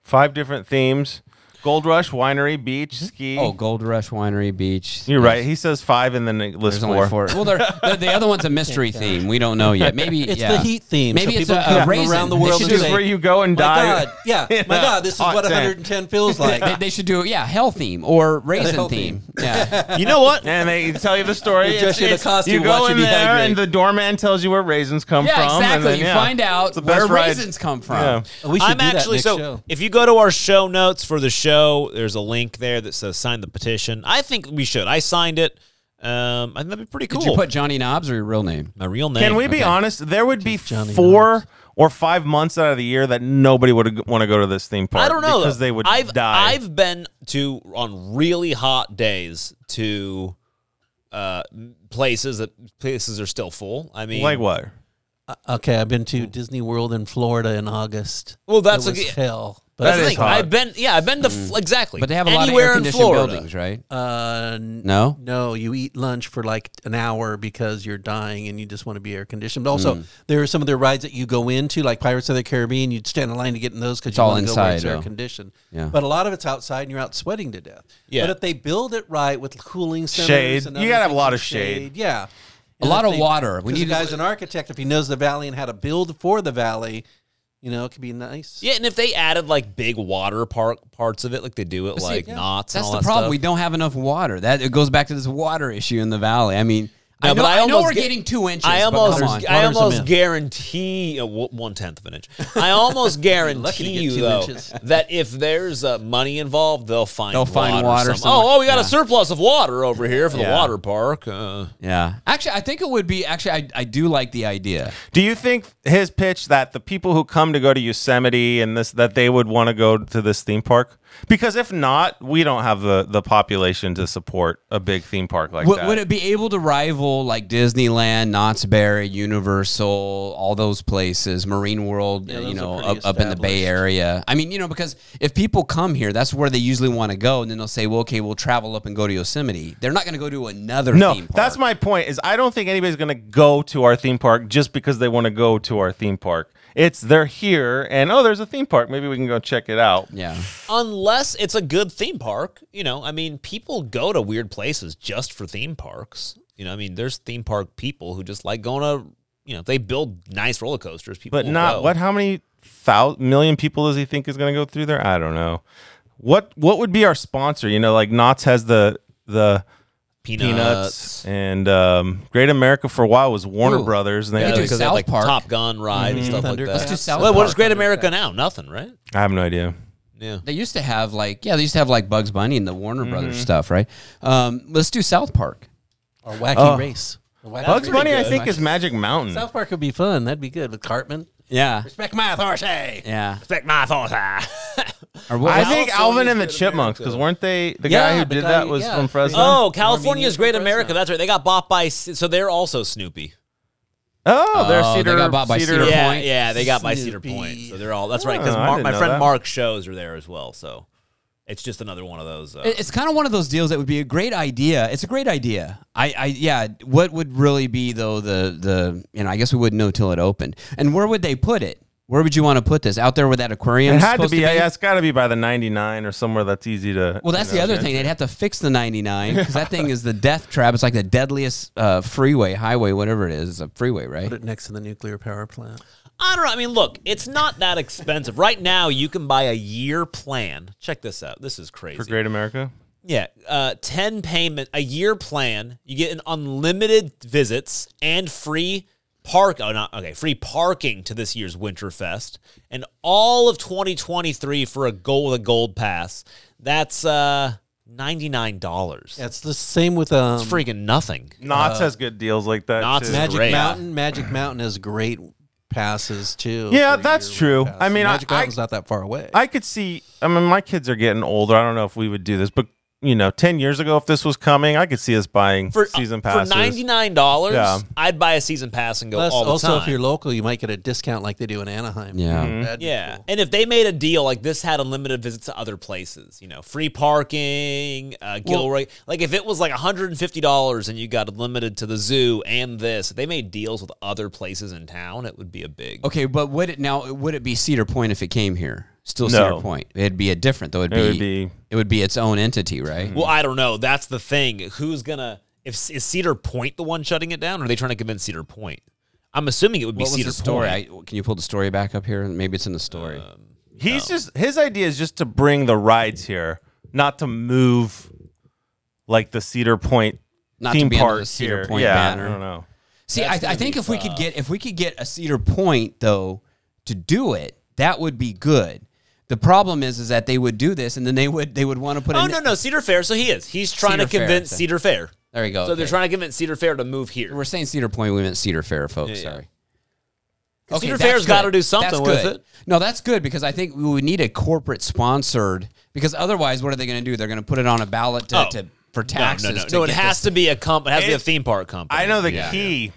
Speaker 3: Five different themes: Gold Rush, Winery, Beach,
Speaker 4: Mm-hmm.
Speaker 3: Ski.
Speaker 2: Oh, gold rush winery beach.
Speaker 3: You're right. He says five, and then it lists
Speaker 2: There's only
Speaker 3: four.
Speaker 2: four. Well, they're, the- the other one's a mystery theme. We don't know yet. Maybe
Speaker 4: It's
Speaker 2: yeah.
Speaker 4: the heat theme.
Speaker 2: Maybe
Speaker 4: so
Speaker 2: it's
Speaker 4: people
Speaker 2: a- a
Speaker 4: come from
Speaker 2: raisin.
Speaker 4: around the
Speaker 2: They
Speaker 4: world. and
Speaker 2: should
Speaker 3: Just
Speaker 4: say,
Speaker 3: where you go and
Speaker 4: my
Speaker 3: die.
Speaker 4: God, yeah, my God, this is
Speaker 3: Hot
Speaker 4: what
Speaker 3: tent.
Speaker 4: 110 feels like.
Speaker 2: They, they should do yeah hell theme or raisin
Speaker 4: hell
Speaker 2: theme. Yeah.
Speaker 1: You know what?
Speaker 3: And they tell you the story.
Speaker 4: They dress you in a costume,
Speaker 3: you go
Speaker 4: watch
Speaker 3: in
Speaker 4: you
Speaker 3: there,
Speaker 4: dehydrate.
Speaker 3: and the doorman tells you where raisins come
Speaker 2: yeah,
Speaker 3: from. and
Speaker 2: exactly.
Speaker 3: then,
Speaker 2: you
Speaker 3: yeah,
Speaker 2: find out
Speaker 3: it's the
Speaker 2: where
Speaker 3: best ride.
Speaker 2: raisins come from.
Speaker 3: Yeah.
Speaker 4: We should
Speaker 1: I'm
Speaker 4: do that
Speaker 1: actually
Speaker 4: next
Speaker 1: so.
Speaker 4: show.
Speaker 1: If you go to our show notes for the show, there's a link there that says sign the petition. I think we should. I signed it. Um, I think that'd be pretty cool.
Speaker 2: Did you put Johnny Knobs or your real name?
Speaker 1: my real name?
Speaker 3: Can we be honest? There would be four or five months out of the year that nobody would want to go to this theme park.
Speaker 1: I don't know
Speaker 3: because
Speaker 1: though.
Speaker 3: they would
Speaker 1: I've,
Speaker 3: die.
Speaker 1: I've been to on really hot days to uh, places that places are still full. I mean,
Speaker 3: like what?
Speaker 4: Okay, I've been to Disney World in Florida in August.
Speaker 1: Well, that's
Speaker 4: it
Speaker 1: a
Speaker 4: was
Speaker 1: g-
Speaker 4: hell. But
Speaker 1: That's
Speaker 3: That
Speaker 1: the
Speaker 3: is
Speaker 1: thing.
Speaker 3: hot.
Speaker 1: I've been, yeah, I've been to f exactly.
Speaker 2: Mm. But they have a lot of
Speaker 1: anywhere
Speaker 2: air
Speaker 1: in
Speaker 2: conditioned
Speaker 1: Florida.
Speaker 2: buildings, right?
Speaker 4: uh, n-
Speaker 2: No.
Speaker 4: no, you eat lunch for like an hour because you're dying and you just want to be air conditioned. But also, there are some of their rides that you go into, like Pirates of the Caribbean. You'd stand in line to get in those because you
Speaker 2: all
Speaker 4: want to go where it's
Speaker 2: inside,
Speaker 4: air
Speaker 2: though.
Speaker 4: conditioned.
Speaker 2: Yeah.
Speaker 4: But a lot of it's outside and you're out sweating to death.
Speaker 1: Yeah.
Speaker 4: But if they build it right with cooling centers
Speaker 3: Shade.
Speaker 4: and
Speaker 3: You
Speaker 4: other
Speaker 3: gotta have a
Speaker 4: things
Speaker 3: lot
Speaker 4: with
Speaker 3: of shade.
Speaker 4: Yeah.
Speaker 2: A lot of water.
Speaker 4: We
Speaker 2: We
Speaker 4: need
Speaker 2: need to-
Speaker 4: guys an architect if he knows the valley and how to build for the valley. You know, it could be nice.
Speaker 1: Yeah, and if they added like big water park parts of it, like they do it
Speaker 2: But see,
Speaker 1: like
Speaker 2: yeah,
Speaker 1: knots. and
Speaker 2: That's
Speaker 1: all
Speaker 2: the
Speaker 1: that
Speaker 2: problem.
Speaker 1: stuff.
Speaker 2: We don't have enough water. That it goes back to this water issue in the valley. I mean, I
Speaker 1: No,
Speaker 2: know,
Speaker 1: but I
Speaker 2: I know
Speaker 1: almost
Speaker 2: we're
Speaker 1: get-
Speaker 2: getting two inches.
Speaker 1: I
Speaker 2: but
Speaker 1: almost,
Speaker 2: come on.
Speaker 1: I
Speaker 4: Water's a
Speaker 1: almost
Speaker 4: myth.
Speaker 1: guarantee uh, w- one tenth of an inch. I almost
Speaker 4: lucky to
Speaker 1: guarantee
Speaker 4: get
Speaker 1: you
Speaker 4: two
Speaker 1: though
Speaker 4: inches.
Speaker 1: that if there's uh, money involved, they'll find
Speaker 2: They'll find water
Speaker 1: some-
Speaker 2: somewhere.
Speaker 1: Oh, oh, we got
Speaker 2: Yeah.
Speaker 1: a surplus of water over here for the
Speaker 2: Yeah.
Speaker 1: water park. Uh,
Speaker 2: yeah. Actually, I think it would be. Actually, I, I do like the idea.
Speaker 3: Do you think his pitch that the people who come to go to Yosemite and this that they would want to go to this theme park? Because if not, we don't have the, the population to support a big theme park like
Speaker 2: Would,
Speaker 3: that.
Speaker 2: would it be able to rival like Disneyland, Knott's Berry, Universal, all those places, Marine World, uh, you
Speaker 4: those are
Speaker 2: know, up,
Speaker 4: pretty
Speaker 2: up in the Bay
Speaker 4: established.
Speaker 2: Area? I mean, you know, because if people come here, that's where they usually want to go, and then they'll say, "Well, okay, we'll travel up and go to Yosemite." They're not going to go to another.
Speaker 3: no,
Speaker 2: theme park.
Speaker 3: that's my point. Is I don't think anybody's going to go to our theme park just because they want to go to our theme park. It's they're here, and oh, there's a theme park. Maybe we can go check it out.
Speaker 2: yeah.
Speaker 1: Unless it's a good theme park, you know. I mean, people go to weird places just for theme parks. You know, I mean, there's theme park people who just like going to, you know, they build nice roller coasters. People,
Speaker 3: But
Speaker 1: will
Speaker 3: not
Speaker 1: go.
Speaker 3: what? How many thousand million people does he think is going to go through there? I don't know. What What would be our sponsor? You know, like Knott's has the the
Speaker 1: peanuts.
Speaker 3: Peanuts and um, Great America for a while was Warner
Speaker 2: Ooh.
Speaker 3: Brothers, and they
Speaker 2: Yeah,
Speaker 3: had
Speaker 2: dude,
Speaker 3: a-
Speaker 1: because they
Speaker 2: South
Speaker 1: have like
Speaker 2: Park. Mm-hmm.
Speaker 1: Top Gun ride and stuff like that.
Speaker 4: Let's
Speaker 2: do South
Speaker 1: well, what is
Speaker 2: Park.
Speaker 1: Great America now? Nothing, right?
Speaker 3: I have no idea.
Speaker 1: Yeah.
Speaker 2: They used to have like yeah, they used to have like Bugs Bunny and the Warner
Speaker 4: Mm-hmm.
Speaker 2: Brothers stuff, right? Um, let's do South Park.
Speaker 4: Or Wacky Race. Or Wacky
Speaker 3: Bugs
Speaker 4: Race.
Speaker 3: Bunny, I think, is Magic Mountain.
Speaker 4: South Park would be fun. That'd be good with Cartman.
Speaker 2: Yeah,
Speaker 4: Respect my authority.
Speaker 2: yeah.
Speaker 1: Respect my thoughts.
Speaker 2: Or what?
Speaker 3: I think Alvin and the Chipmunks, because weren't they the guy
Speaker 4: Yeah,
Speaker 3: who
Speaker 4: the
Speaker 3: did
Speaker 4: guy-
Speaker 3: that was
Speaker 4: yeah.
Speaker 3: from Fresno?
Speaker 1: oh,
Speaker 4: Armenian
Speaker 1: California's
Speaker 4: from
Speaker 1: Great
Speaker 4: Fresno.
Speaker 1: America. That's right. They got bought by, C- so they're also Snoopy.
Speaker 3: oh, they're
Speaker 2: Oh, they
Speaker 3: Cedar.
Speaker 2: got bought by Cedar
Speaker 1: yeah,
Speaker 2: Point.
Speaker 1: yeah, they got by Cedar
Speaker 4: Snoopy.
Speaker 1: Point. So they're all. That's right. Because
Speaker 3: Oh, I didn't
Speaker 1: my
Speaker 3: know
Speaker 1: friend
Speaker 3: that.
Speaker 1: Mark's shows are there as well. So it's just another one of those. Uh,
Speaker 2: It- It's kind of one of those deals that would be a great idea. It's a great idea. I, I yeah. What would really be though the the you know I guess we wouldn't know till it opened. And where would they put it? Where would you want to put this? Out there with that aquarium?
Speaker 3: It had to be. Yeah, it's got to be by the '99 or somewhere that's easy to.
Speaker 2: Well, that's
Speaker 3: you know,
Speaker 2: the other
Speaker 3: get.
Speaker 2: thing. They'd have to fix the 99 because that thing is the death trap. It's like the deadliest uh, freeway, highway, whatever it is. It's a freeway, right?
Speaker 4: Put it next to the nuclear power plant.
Speaker 1: I don't know. I mean, look, it's not that expensive right now. You can buy a year plan. Check this out. This is crazy.
Speaker 3: for Great America.
Speaker 1: Yeah, uh, ten payment a year plan. You get an unlimited visits and free park. Oh, not okay. Free parking to this year's Winterfest and all of 2023 for a gold with a gold pass. That's uh ninety nine dollars.
Speaker 4: That's the same with um,
Speaker 1: That's freaking nothing.
Speaker 3: Knott's has good deals like that.
Speaker 1: Knott's
Speaker 3: too.
Speaker 1: is-
Speaker 4: Magic
Speaker 1: Great.
Speaker 4: Mountain. Magic Mountain has great passes too.
Speaker 3: Yeah,
Speaker 4: for
Speaker 3: that's
Speaker 4: your
Speaker 3: true.
Speaker 4: pass.
Speaker 3: I mean, I-
Speaker 4: Magic Mountain's not that far away.
Speaker 3: I could see. I mean, my kids are getting older. I don't know if we would do this, but you know, ten years ago, if this was coming, I could see us buying
Speaker 1: For uh,
Speaker 4: uh,
Speaker 3: season
Speaker 1: for
Speaker 3: passes.
Speaker 1: ninety nine dollars,
Speaker 3: Yeah.
Speaker 1: I'd buy a season pass and go
Speaker 4: Plus,
Speaker 1: all the
Speaker 4: also
Speaker 1: time.
Speaker 4: if you're local, you might get a discount like they do in Anaheim.
Speaker 2: Yeah.
Speaker 3: Mm-hmm.
Speaker 4: That'd be
Speaker 1: Yeah,
Speaker 4: cool.
Speaker 1: and if they made a deal like this, had unlimited visits to other places, you know, free parking, uh, Gilroy. like if it was like one hundred and fifty dollars and you got limited to the zoo and this, if they made deals with other places in town. It would be a big.
Speaker 2: Okay, but would it now? Would it be Cedar Point if it came here? Still
Speaker 3: No.
Speaker 2: Cedar Point. It'd be a different though. It'd
Speaker 3: It
Speaker 2: be,
Speaker 3: would be-
Speaker 2: it would be its own entity, right?
Speaker 1: Well, I don't know. That's the thing. Who's gonna? If is Cedar Point the one shutting it down, or are they trying to convince Cedar Point? I'm assuming it would be
Speaker 2: what was
Speaker 1: Cedar
Speaker 2: the story? I,
Speaker 1: Point. Uh,
Speaker 2: can you pull the story back up here? Maybe it's in the story.
Speaker 3: He's just his idea is just to bring the rides here, not to move like the Cedar Point
Speaker 2: Not to
Speaker 3: theme
Speaker 2: be under
Speaker 3: park
Speaker 2: the Cedar
Speaker 3: here.
Speaker 2: Point
Speaker 3: yeah,
Speaker 2: banner.
Speaker 3: I don't know.
Speaker 2: See, I, I think if we could get if we could get a Cedar Point though to do it, that would be good. The problem is is that they would do this and then they would they would want to put.
Speaker 1: Oh
Speaker 2: in,
Speaker 1: no no Cedar Fair. So he is. He's trying to
Speaker 2: Cedar Fair,
Speaker 1: convince
Speaker 2: okay.
Speaker 1: Cedar Fair.
Speaker 2: There you go.
Speaker 1: So they're
Speaker 2: okay.
Speaker 1: trying to convince Cedar Fair to move here.
Speaker 2: We're saying Cedar Point. We meant Cedar Fair, folks. Sorry.
Speaker 1: Cedar
Speaker 2: that's
Speaker 1: Fair's gotta
Speaker 2: good.
Speaker 1: do something
Speaker 2: That's
Speaker 1: with
Speaker 2: good.
Speaker 1: it.
Speaker 2: No, that's good because I think we would need a corporate sponsored because otherwise, what are they going to do? They're going to put it on a ballot to,
Speaker 1: Oh.
Speaker 2: to
Speaker 1: No,
Speaker 2: for
Speaker 1: no,
Speaker 2: taxes.
Speaker 1: No, no,
Speaker 2: to
Speaker 1: no. it
Speaker 2: get
Speaker 1: has
Speaker 2: this-
Speaker 1: to be a comp. It has to be a
Speaker 3: It-
Speaker 1: theme park company.
Speaker 3: I know the
Speaker 1: Yeah.
Speaker 3: key.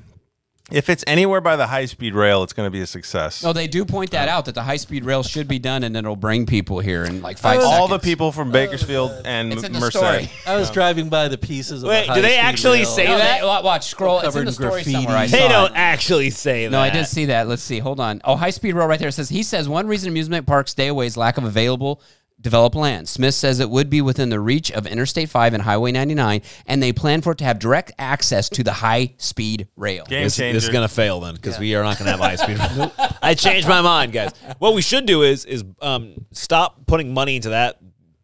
Speaker 3: If it's anywhere by the high speed rail, it's going to be a success.
Speaker 2: No, they do point that out that the high speed rail should be done and it'll bring people here in like five.
Speaker 3: All the
Speaker 2: seconds.
Speaker 3: people from Bakersfield and
Speaker 2: Uh, It's in the
Speaker 3: Merced.
Speaker 2: story.
Speaker 4: I was driving by the pieces. of
Speaker 1: Wait,
Speaker 4: the
Speaker 1: do they
Speaker 4: high-speed
Speaker 1: actually
Speaker 4: rail.
Speaker 1: say
Speaker 2: No,
Speaker 1: that?
Speaker 2: they- wa- watch, scroll. It's in
Speaker 4: Covered
Speaker 2: the
Speaker 4: in
Speaker 2: story
Speaker 4: graffiti.
Speaker 2: somewhere. I
Speaker 1: They
Speaker 2: saw it.
Speaker 1: don't actually say that.
Speaker 2: uh, No, I did see that. Let's see. Hold on. Oh, high speed rail right there. It says he says one reason amusement parks stay away is lack of available developed land. Smith says it would be within the reach of Interstate 5 and Highway 99, and they plan for it to have direct access to the high speed rail.
Speaker 3: Game
Speaker 1: This,
Speaker 3: changer.
Speaker 1: this is gonna fail then because we are not gonna have high speed. I changed my mind, guys. What we should do is is um, stop putting money into that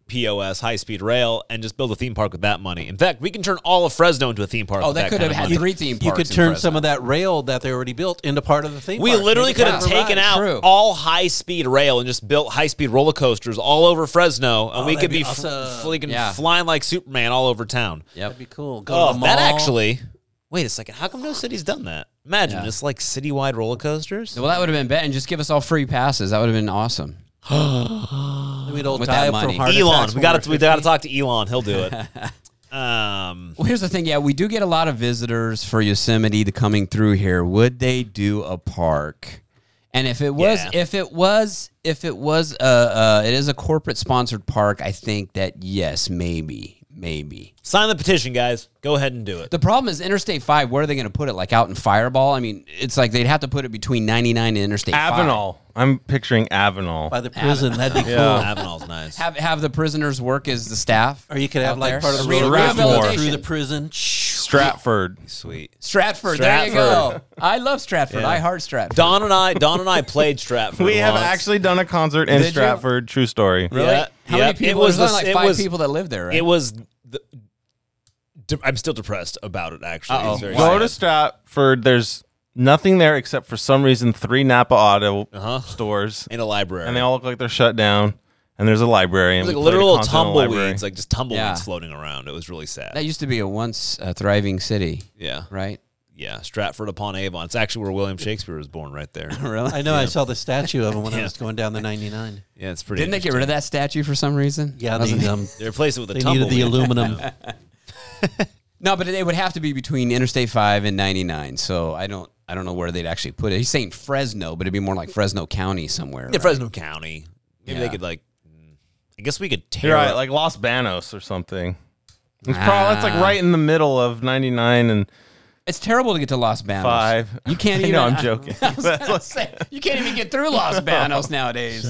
Speaker 1: POS high speed rail and just build a theme park with that money. In fact, we can turn all of Fresno into a theme park.
Speaker 2: Oh,
Speaker 1: with
Speaker 2: that could
Speaker 1: kind
Speaker 2: have
Speaker 1: of
Speaker 2: had
Speaker 1: money.
Speaker 2: three theme parks.
Speaker 4: You could
Speaker 2: in
Speaker 4: turn
Speaker 2: Fresno.
Speaker 4: some of that rail that they already built into part of the theme.
Speaker 1: We
Speaker 4: park.
Speaker 1: literally
Speaker 4: Make
Speaker 1: could
Speaker 4: it
Speaker 1: have
Speaker 4: fun.
Speaker 1: taken
Speaker 2: Right,
Speaker 1: out
Speaker 2: true.
Speaker 1: all high speed rail and just built high speed roller coasters all over Fresno, and we
Speaker 4: that'd
Speaker 1: could
Speaker 4: be
Speaker 1: Oh, be, f-
Speaker 4: awesome.
Speaker 1: freaking
Speaker 2: Yeah.
Speaker 1: flying like Superman all over town.
Speaker 4: That'd be cool. Go
Speaker 1: Oh,
Speaker 4: to the
Speaker 1: that
Speaker 4: mall.
Speaker 1: actually. Wait a second. How come no city's done that? Imagine it's like citywide roller coasters.
Speaker 2: Well, that would have been better. And just give us all free passes. That would have been awesome.
Speaker 4: It sweet old
Speaker 2: With that
Speaker 4: dive
Speaker 2: money.
Speaker 4: from heart
Speaker 1: Elon,
Speaker 4: attacks
Speaker 1: we
Speaker 4: when
Speaker 1: got
Speaker 4: we're
Speaker 1: to we got to
Speaker 4: 50.
Speaker 1: talk to Elon. He'll do it. um,
Speaker 2: Well, here's the thing. Yeah, we do get a lot of visitors for Yosemite to coming through here. Would they do a park? And if it was,
Speaker 1: Yeah.
Speaker 2: if it was, if it was, uh, uh, it is a corporate sponsored park. I think that yes, maybe, maybe.
Speaker 1: sign the petition, guys. Go ahead and do it.
Speaker 2: The problem is Interstate Five. Where are they going to put it? Like out in Fireball? I mean, it's like they'd have to put it between 99 and Interstate Five.
Speaker 3: Avenal. I'm picturing Avenal.
Speaker 4: by the prison. That'd be cool.
Speaker 1: Avenal's nice.
Speaker 2: Have have the prisoners work as the staff,
Speaker 4: Or you could have
Speaker 2: out
Speaker 4: like
Speaker 2: there.
Speaker 4: part of the
Speaker 2: Re-
Speaker 4: road
Speaker 3: Strathmore.
Speaker 4: going through the prison.
Speaker 3: Stratford.
Speaker 2: Stratford. There you go. I love Stratford. I heart Stratford.
Speaker 1: Don and I, Don and I played Stratford.
Speaker 3: We have
Speaker 1: once.
Speaker 3: actually done a concert in
Speaker 2: Did you?
Speaker 3: Stratford. True story.
Speaker 2: Really?
Speaker 1: Yeah,
Speaker 2: How
Speaker 1: yeah.
Speaker 2: many people?
Speaker 1: It was
Speaker 2: There's
Speaker 1: the-
Speaker 2: only
Speaker 1: it
Speaker 2: like five
Speaker 1: was-
Speaker 2: people that live there, right?
Speaker 1: It was. The, de- I'm still depressed about it. Actually, It's very
Speaker 3: Go to
Speaker 1: sad.
Speaker 3: Stratford. There's nothing there except for some reason three Napa Auto
Speaker 1: Uh-huh.
Speaker 3: stores,
Speaker 1: in a library,
Speaker 3: and they all look like they're shut down. And there's a library, and
Speaker 1: It was
Speaker 3: we
Speaker 1: like
Speaker 3: played a
Speaker 1: literal
Speaker 3: concert in the library.
Speaker 1: tumbleweeds, like just tumbleweeds
Speaker 2: Yeah.
Speaker 1: floating around. It was really sad.
Speaker 2: that used to be a once uh, thriving city,
Speaker 1: yeah,
Speaker 2: right?
Speaker 1: yeah. Stratford upon Avon. It's actually where William Shakespeare was born, right there.
Speaker 2: really?
Speaker 4: I know. I saw the statue of him when
Speaker 1: Yeah.
Speaker 4: I was going down the 99.
Speaker 1: Yeah, it's pretty.
Speaker 2: Didn't they get rid of that statue for some reason?
Speaker 4: Yeah,
Speaker 2: Wasn't
Speaker 4: they,
Speaker 2: it?
Speaker 4: um,
Speaker 1: They replaced it with a
Speaker 4: they
Speaker 1: tumbleweed.
Speaker 4: needed the aluminum.
Speaker 2: No, but it would have to be between Interstate Five and ninety nine. So I don't, I don't know where they'd actually put it. He's saying Fresno, but it'd be more like Fresno County somewhere.
Speaker 1: Yeah,
Speaker 2: right?
Speaker 1: Fresno County. Maybe they
Speaker 2: Yeah.
Speaker 1: could like. I guess we could tear
Speaker 3: You're right,
Speaker 1: up-
Speaker 3: like Los Banos or something. It's
Speaker 1: Ah.
Speaker 3: probably it's like right in the middle of 99 and
Speaker 2: It's terrible to get to Los Banos.
Speaker 3: five.
Speaker 2: You can't even.
Speaker 3: no, I'm joking.
Speaker 2: I was gonna say, you can't even get through Los Banos nowadays.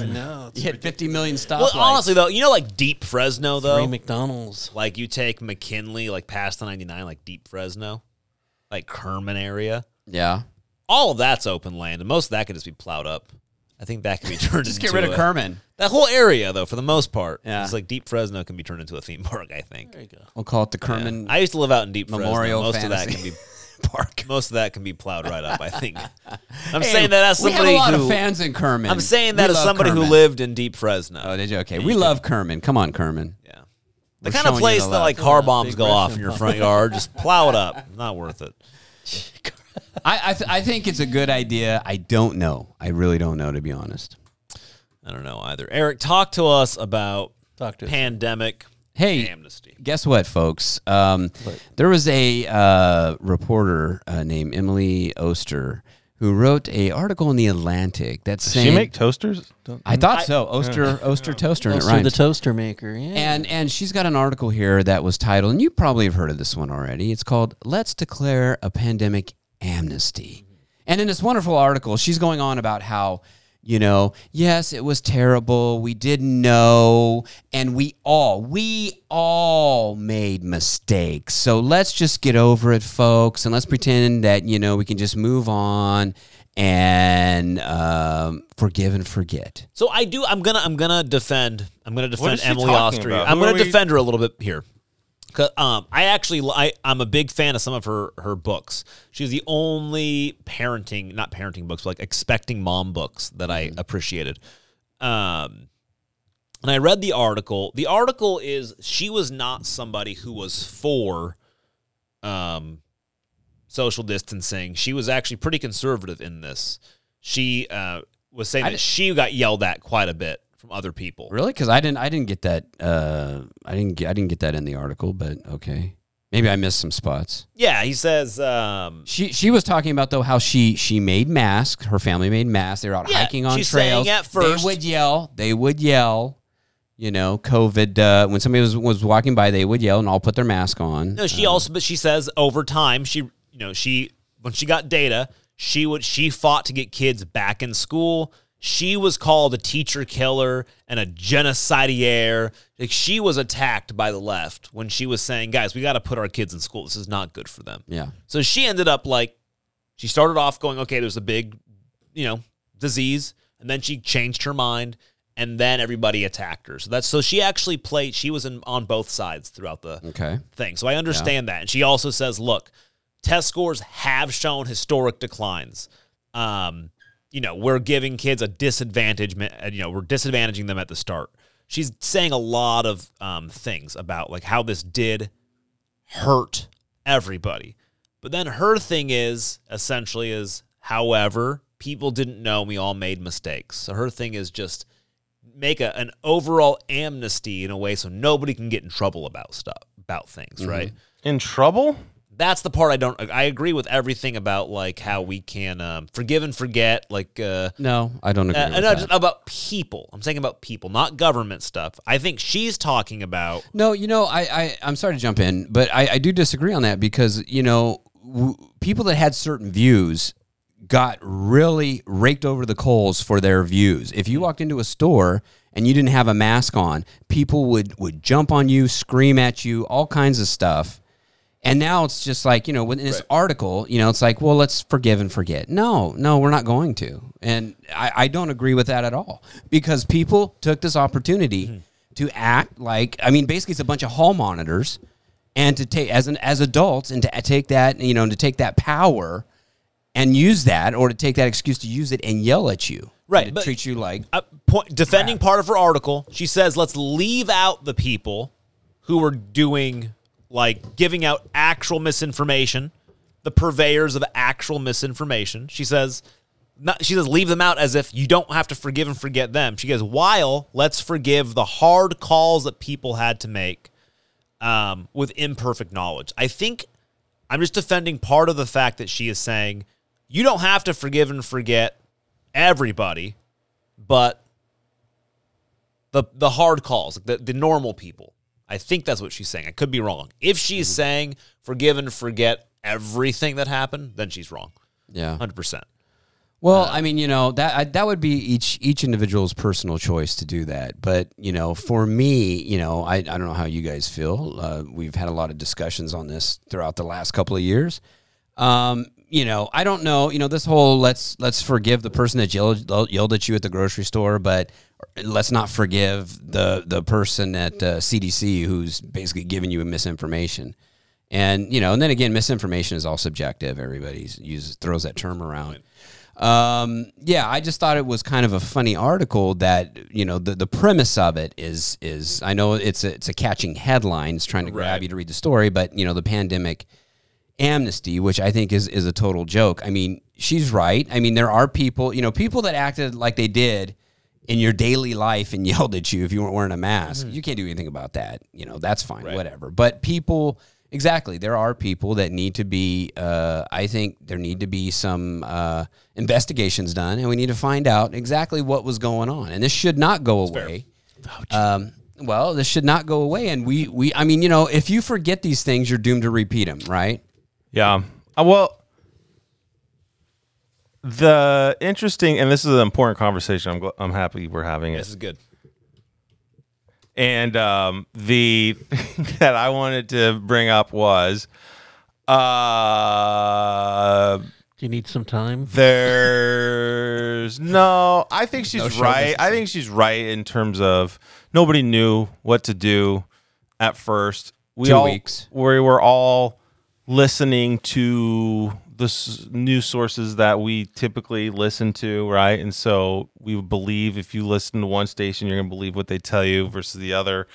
Speaker 4: no,
Speaker 2: You
Speaker 4: it's
Speaker 2: hit fifty million
Speaker 1: Well,
Speaker 2: stoplights.
Speaker 1: honestly though, you know, like deep Fresno
Speaker 4: three
Speaker 1: though.
Speaker 4: McDonald's.
Speaker 1: like you take McKinley, like past the 99, like deep Fresno, like Kerman area.
Speaker 2: yeah.
Speaker 1: All of that's open land, and most of that could just be plowed up. I think that could be turned.
Speaker 2: Just
Speaker 1: into
Speaker 2: get rid of
Speaker 1: a-
Speaker 2: Kerman.
Speaker 1: That whole area, though, for the most part,
Speaker 2: Yeah.
Speaker 1: it's like deep Fresno can be turned into a theme park. I think.
Speaker 4: There you go.
Speaker 2: We'll call it the Kerman.
Speaker 1: I used to live out in deep Fresno.
Speaker 2: Memorial
Speaker 1: Most of that
Speaker 2: Fantasy.
Speaker 1: can be park. Most of that can be plowed right up. I think. I'm
Speaker 2: Hey,
Speaker 1: saying that as somebody
Speaker 2: we have a lot
Speaker 1: who
Speaker 2: of fans in Kerman.
Speaker 1: I'm saying
Speaker 2: We
Speaker 1: that as
Speaker 2: love
Speaker 1: somebody
Speaker 2: Kerman.
Speaker 1: who lived in deep Fresno.
Speaker 2: Oh, did you? Okay, we love Kerman. Come on, Kerman.
Speaker 1: yeah. The
Speaker 2: We're
Speaker 1: kind of
Speaker 2: showing you
Speaker 1: place
Speaker 2: the
Speaker 1: that
Speaker 2: love.
Speaker 1: like car bombs
Speaker 4: big
Speaker 1: go off
Speaker 4: Russian
Speaker 1: in your front yard, just plow it up. Not worth it.
Speaker 2: I I, th- I think it's a good idea. I don't know. I really don't know to be honest.
Speaker 1: I don't know either. Eric, talk to us about
Speaker 4: Talk to us.
Speaker 1: pandemic
Speaker 2: Hey,
Speaker 1: amnesty.
Speaker 2: guess what, folks? Um, there was a uh, reporter uh, named Emily Oster who wrote a article in the Atlantic that's
Speaker 3: Do
Speaker 2: saying
Speaker 3: you make toasters? Don't-
Speaker 2: I thought so. Oster, Oster toaster, and it
Speaker 4: Toaster
Speaker 2: rhymes.
Speaker 4: the toaster maker. Yeah.
Speaker 2: And and she's got an article here that was titled, and you probably have heard of this one already. It's called "Let's Declare a Pandemic Amnesty." And in this wonderful article, she's going on about how, you know, yes, it was terrible. We didn't know, and we all, we all made mistakes. So let's just get over it, folks, and let's pretend that you know we can just move on and um, forgive and forget.
Speaker 1: So I do. I'm gonna. I'm gonna defend. I'm gonna
Speaker 3: is
Speaker 1: defend
Speaker 3: she
Speaker 1: Emily
Speaker 3: talking
Speaker 1: Oster.
Speaker 3: about?
Speaker 1: I'm
Speaker 3: Who
Speaker 1: gonna
Speaker 3: are we-
Speaker 1: defend her a little bit here. 'Cause, Um, I actually, I, I'm a big fan of some of her her books. She's the only parenting, not parenting books, but like expecting mom books that I
Speaker 3: Mm-hmm.
Speaker 1: appreciated. Um, and I read the article. The article is she was not somebody who was for um, social distancing. She was actually pretty conservative in this. She uh, was saying that she got yelled at quite a bit from other people.
Speaker 2: Really? Because I didn't. I didn't get that. Uh, I didn't. Get, I didn't get that in the article. But okay, maybe I missed some spots.
Speaker 1: Yeah, he says. Um,
Speaker 2: She she was talking about though how she she made masks. Her family made masks. They were out
Speaker 1: Yeah,
Speaker 2: hiking on
Speaker 1: she's saying
Speaker 2: trails.
Speaker 1: at first-
Speaker 2: they would yell. They would yell. You know, COVID. Uh, when somebody was was walking by, they would yell and all put their mask on.
Speaker 1: no, she also, but she says over time, she, you know, she when she got data, she would she fought to get kids back in school. She was called a teacher killer and a genocidaire. Like she was attacked by the left when she was saying, "Guys, we got to put our kids in school. This is not good for them."
Speaker 2: yeah.
Speaker 1: So she ended up like she started off going, okay, there's a big, you know, disease, and then she changed her mind, and then everybody attacked her. So that's so she actually played. She was in, on both sides throughout the
Speaker 2: Okay.
Speaker 1: thing. So I understand that. And she also says, look, test scores have shown historic declines. Um, you know, we're giving kids a disadvantage, ma- uh, you know, we're disadvantaging them at the start. She's saying a lot of um, things about like how this did hurt everybody. But then her thing is essentially is, however, people didn't know we all made mistakes. So her thing is just make a, an overall amnesty in a way so nobody can get in trouble about stuff about things,
Speaker 2: Mm-hmm.
Speaker 1: right?
Speaker 3: In trouble?
Speaker 1: That's the part I don't. I agree with everything about like how we can um, forgive and forget, like uh,
Speaker 2: No, I don't agree.
Speaker 1: uh,
Speaker 2: with
Speaker 1: no,
Speaker 2: that.
Speaker 1: just about people. I'm saying about people, not government stuff. I think she's talking about
Speaker 2: No, you know, I, I I'm sorry to jump in, but I, I do disagree on that because you know w- people that had certain views got really raked over the coals for their views. If you walked into a store and you didn't have a mask on, people would would jump on you, scream at you, all kinds of stuff. And now it's just like you know, in this article, you know, it's like, well, let's forgive and forget. No, no, we're not going to, and I, I don't agree with that at all because people took this opportunity
Speaker 1: Mm-hmm.
Speaker 2: to act like, I mean, basically, it's a bunch of hall monitors, and to take as an as adults and to take that, you know, to take that power and use that, or to take that excuse to use it and yell at you,
Speaker 1: Right,
Speaker 2: and to
Speaker 1: but-
Speaker 2: treat you like
Speaker 1: uh, point, defending part of her article. She says, let's leave out the people who are doing, like, giving out actual misinformation, the purveyors of actual misinformation. She says, not, she says, leave them out as if you don't have to forgive and forget them. She goes, while let's forgive the hard calls that people had to make um, with imperfect knowledge. I think I'm just defending part of the fact that she is saying you don't have to forgive and forget everybody, but the the hard calls, the the normal people. I think that's what she's saying. I could be wrong. If she's saying forgive and forget everything that happened, then she's wrong.
Speaker 2: yeah.
Speaker 1: 100%.
Speaker 2: Well, I mean, you know that I, that would be each each individual's personal choice to do that. But you know, for me, you know, I, I don't know how you guys feel. Uh, we've had a lot of discussions on this throughout the last couple of years. Um, you know, I don't know. You know, this whole let's let's forgive the person that yelled, yelled at you at the grocery store, but let's not forgive the the person at uh, CDC who's basically giving you misinformation. And you know, and then again, misinformation is all subjective. Everybody uses throws that term around. Um, yeah, I just thought it was kind of a funny article that you know the, the premise of it is is I know it's a, it's a catching headline, it's trying to grab you to read the story, but you know the pandemic amnesty, which I think is is a total joke. I mean, she's right. I mean, there are people, you know, people that acted like they did in your daily life and yelled at you if you weren't wearing a mask. You can't do anything about that. You know, that's fine, whatever. But people, exactly, there are people that need to be. Uh, I think there need to be some uh, investigations done, and we need to find out exactly what was going on. And this should not go away um, well, this should not go away. And we, we, I mean, you know, if you forget these things, you're doomed to repeat them, right?
Speaker 3: Yeah. Uh, well, the interesting, and this is an important conversation. I'm, gl- I'm happy we're having it.
Speaker 1: This is good.
Speaker 3: And um, the thing that I wanted to bring up was uh,
Speaker 4: Do you need some time?
Speaker 3: there's no, I think she's right. I think she's right in terms of nobody knew what to do at first. We
Speaker 2: Two
Speaker 3: all
Speaker 2: weeks.
Speaker 3: we were all listening to the s- news sources that we typically listen to, right? And so we believe if you listen to one station, you're going to believe what they tell you versus the other.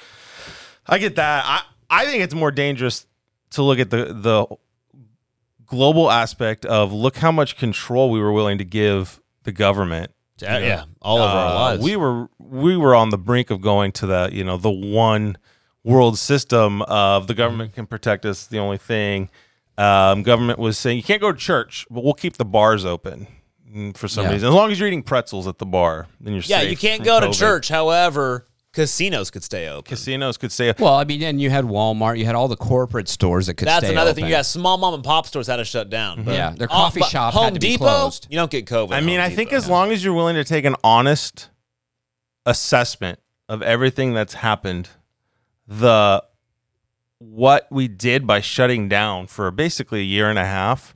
Speaker 3: I get that. I I think it's more dangerous to look at the the global aspect of look how much control we were willing to give the government
Speaker 1: Yeah, yeah, all over our
Speaker 3: uh,
Speaker 1: lives.
Speaker 3: We were we were on the brink of going to the you know the one world system of the government can protect us. The only thing um, government was saying you can't go to church, but we'll keep the bars open mm, for some
Speaker 2: Yeah.
Speaker 3: reason. As long as you're eating pretzels at the bar, then you're
Speaker 1: yeah,
Speaker 3: safe
Speaker 1: you can't
Speaker 3: from
Speaker 1: go to
Speaker 3: COVID.
Speaker 1: church. However, casinos could stay open.
Speaker 3: Casinos could say
Speaker 2: Well, I mean, and you had Walmart, you had all the corporate stores that could.
Speaker 1: That's
Speaker 2: stay
Speaker 1: another thing.
Speaker 2: open.
Speaker 1: You got small mom and pop stores had to shut down. But
Speaker 2: Yeah, their coffee
Speaker 1: but
Speaker 2: shop
Speaker 1: Home
Speaker 2: had to be
Speaker 1: Depot,
Speaker 2: closed.
Speaker 1: You don't get COVID.
Speaker 3: I
Speaker 1: at
Speaker 3: mean,
Speaker 1: Home
Speaker 3: I think
Speaker 1: Depot.
Speaker 3: as long as you're willing to take an honest assessment of everything that's happened, the what we did by shutting down for basically a year and a half,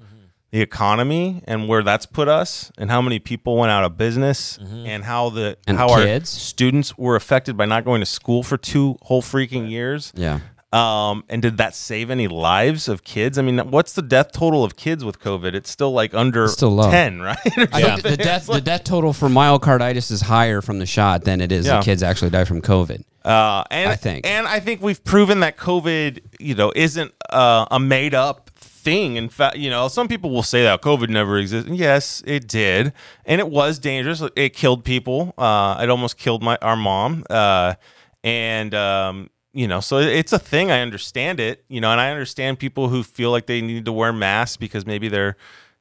Speaker 3: the economy and where that's put us, and how many people went out of business, and how the
Speaker 2: And
Speaker 3: how
Speaker 2: kids.
Speaker 3: our students were affected by not going to school for two whole freaking years.
Speaker 2: Yeah.
Speaker 3: Um, and did that save any lives of kids? I mean, what's the death total of kids with COVID? It's still like under
Speaker 2: Still low.
Speaker 3: ten, right? Or
Speaker 2: I think the death the death total for myocarditis is higher from the shot than it is
Speaker 3: Yeah.
Speaker 2: the kids actually die from COVID.
Speaker 3: Uh, and
Speaker 2: I think.
Speaker 3: and I think we've proven that COVID, you know, isn't uh, a made up thing. In fact, you know, some people will say that COVID never existed. Yes, it did, and it was dangerous. It killed people. Uh, it almost killed my our mom. Uh, and um, you know, so it's a thing. I understand it. You know, and I understand people who feel like they need to wear masks because maybe they're,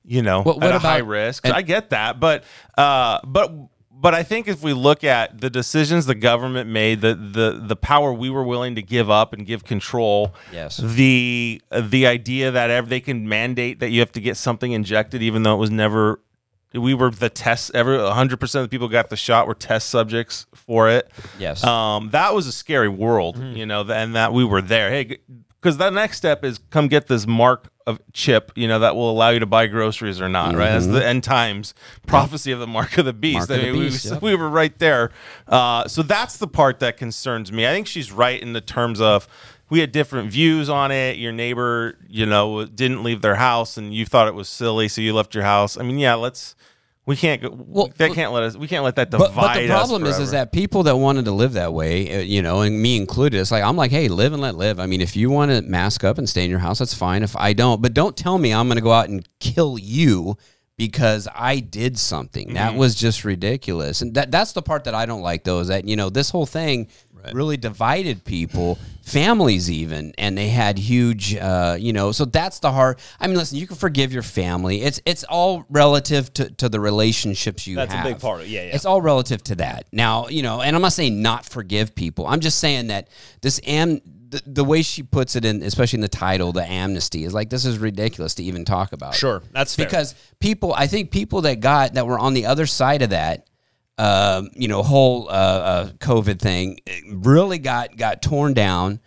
Speaker 3: you know,
Speaker 2: What- what
Speaker 3: at a high
Speaker 2: about-
Speaker 3: risk. I get that, but uh, but but I think if we look at the decisions the government made, the the the power we were willing to give up and give control,
Speaker 2: Yes.
Speaker 3: the the idea that ev- they can mandate that you have to get something injected, even though it was never. We were the test. Every 100 percent of the people who got the shot were test subjects for it.
Speaker 2: Yes. Mm-hmm.
Speaker 3: Um, that was a scary world, you know, and that we were there. Hey, because the next step is come get this mark of chip, you know, that will allow you to buy groceries or not, right? That's the end times prophecy of the mark of the beast.
Speaker 2: Mm-hmm. Mark of
Speaker 3: I
Speaker 2: the
Speaker 3: mean, we-
Speaker 2: beast, yep.
Speaker 3: we were right there. Uh, so that's the part that concerns me. I think she's right in the terms of we had different views on it. Your neighbor, you know, didn't leave their house, and you thought it was silly, so you left your house. I mean, yeah, let's. We can't go.
Speaker 2: Well,
Speaker 3: they
Speaker 2: well-
Speaker 3: can't let us. We can't let that divide
Speaker 2: but, but the
Speaker 3: us
Speaker 2: problem is,
Speaker 3: forever.
Speaker 2: is that people that wanted to live that way, uh, you know, and me included, it's like I'm like, hey, live and let live. I mean, if you want to mask up and stay in your house, that's fine. If I don't, but don't tell me I'm going to go out and kill you because I did something.
Speaker 1: Mm-hmm.
Speaker 2: That was just ridiculous, and that that's the part that I don't like, though, is that you know this whole thing really divided people, families even, and they had huge, uh, you know. So that's the hard. I mean, listen, you can forgive your family. It's it's all relative to, to the relationships you
Speaker 1: That's a
Speaker 2: have.
Speaker 1: big part of it. Yeah, yeah.
Speaker 2: It's it's all relative to that. Now, you know, and I'm not saying not forgive people. I'm just saying that this am the, the way she puts it in, especially in the title, the amnesty is like this is ridiculous to even talk about.
Speaker 1: Sure, that's fair.
Speaker 2: because people, I think people that got that were on the other side of that, um, you know, whole uh, uh, COVID thing eh, really got got torn down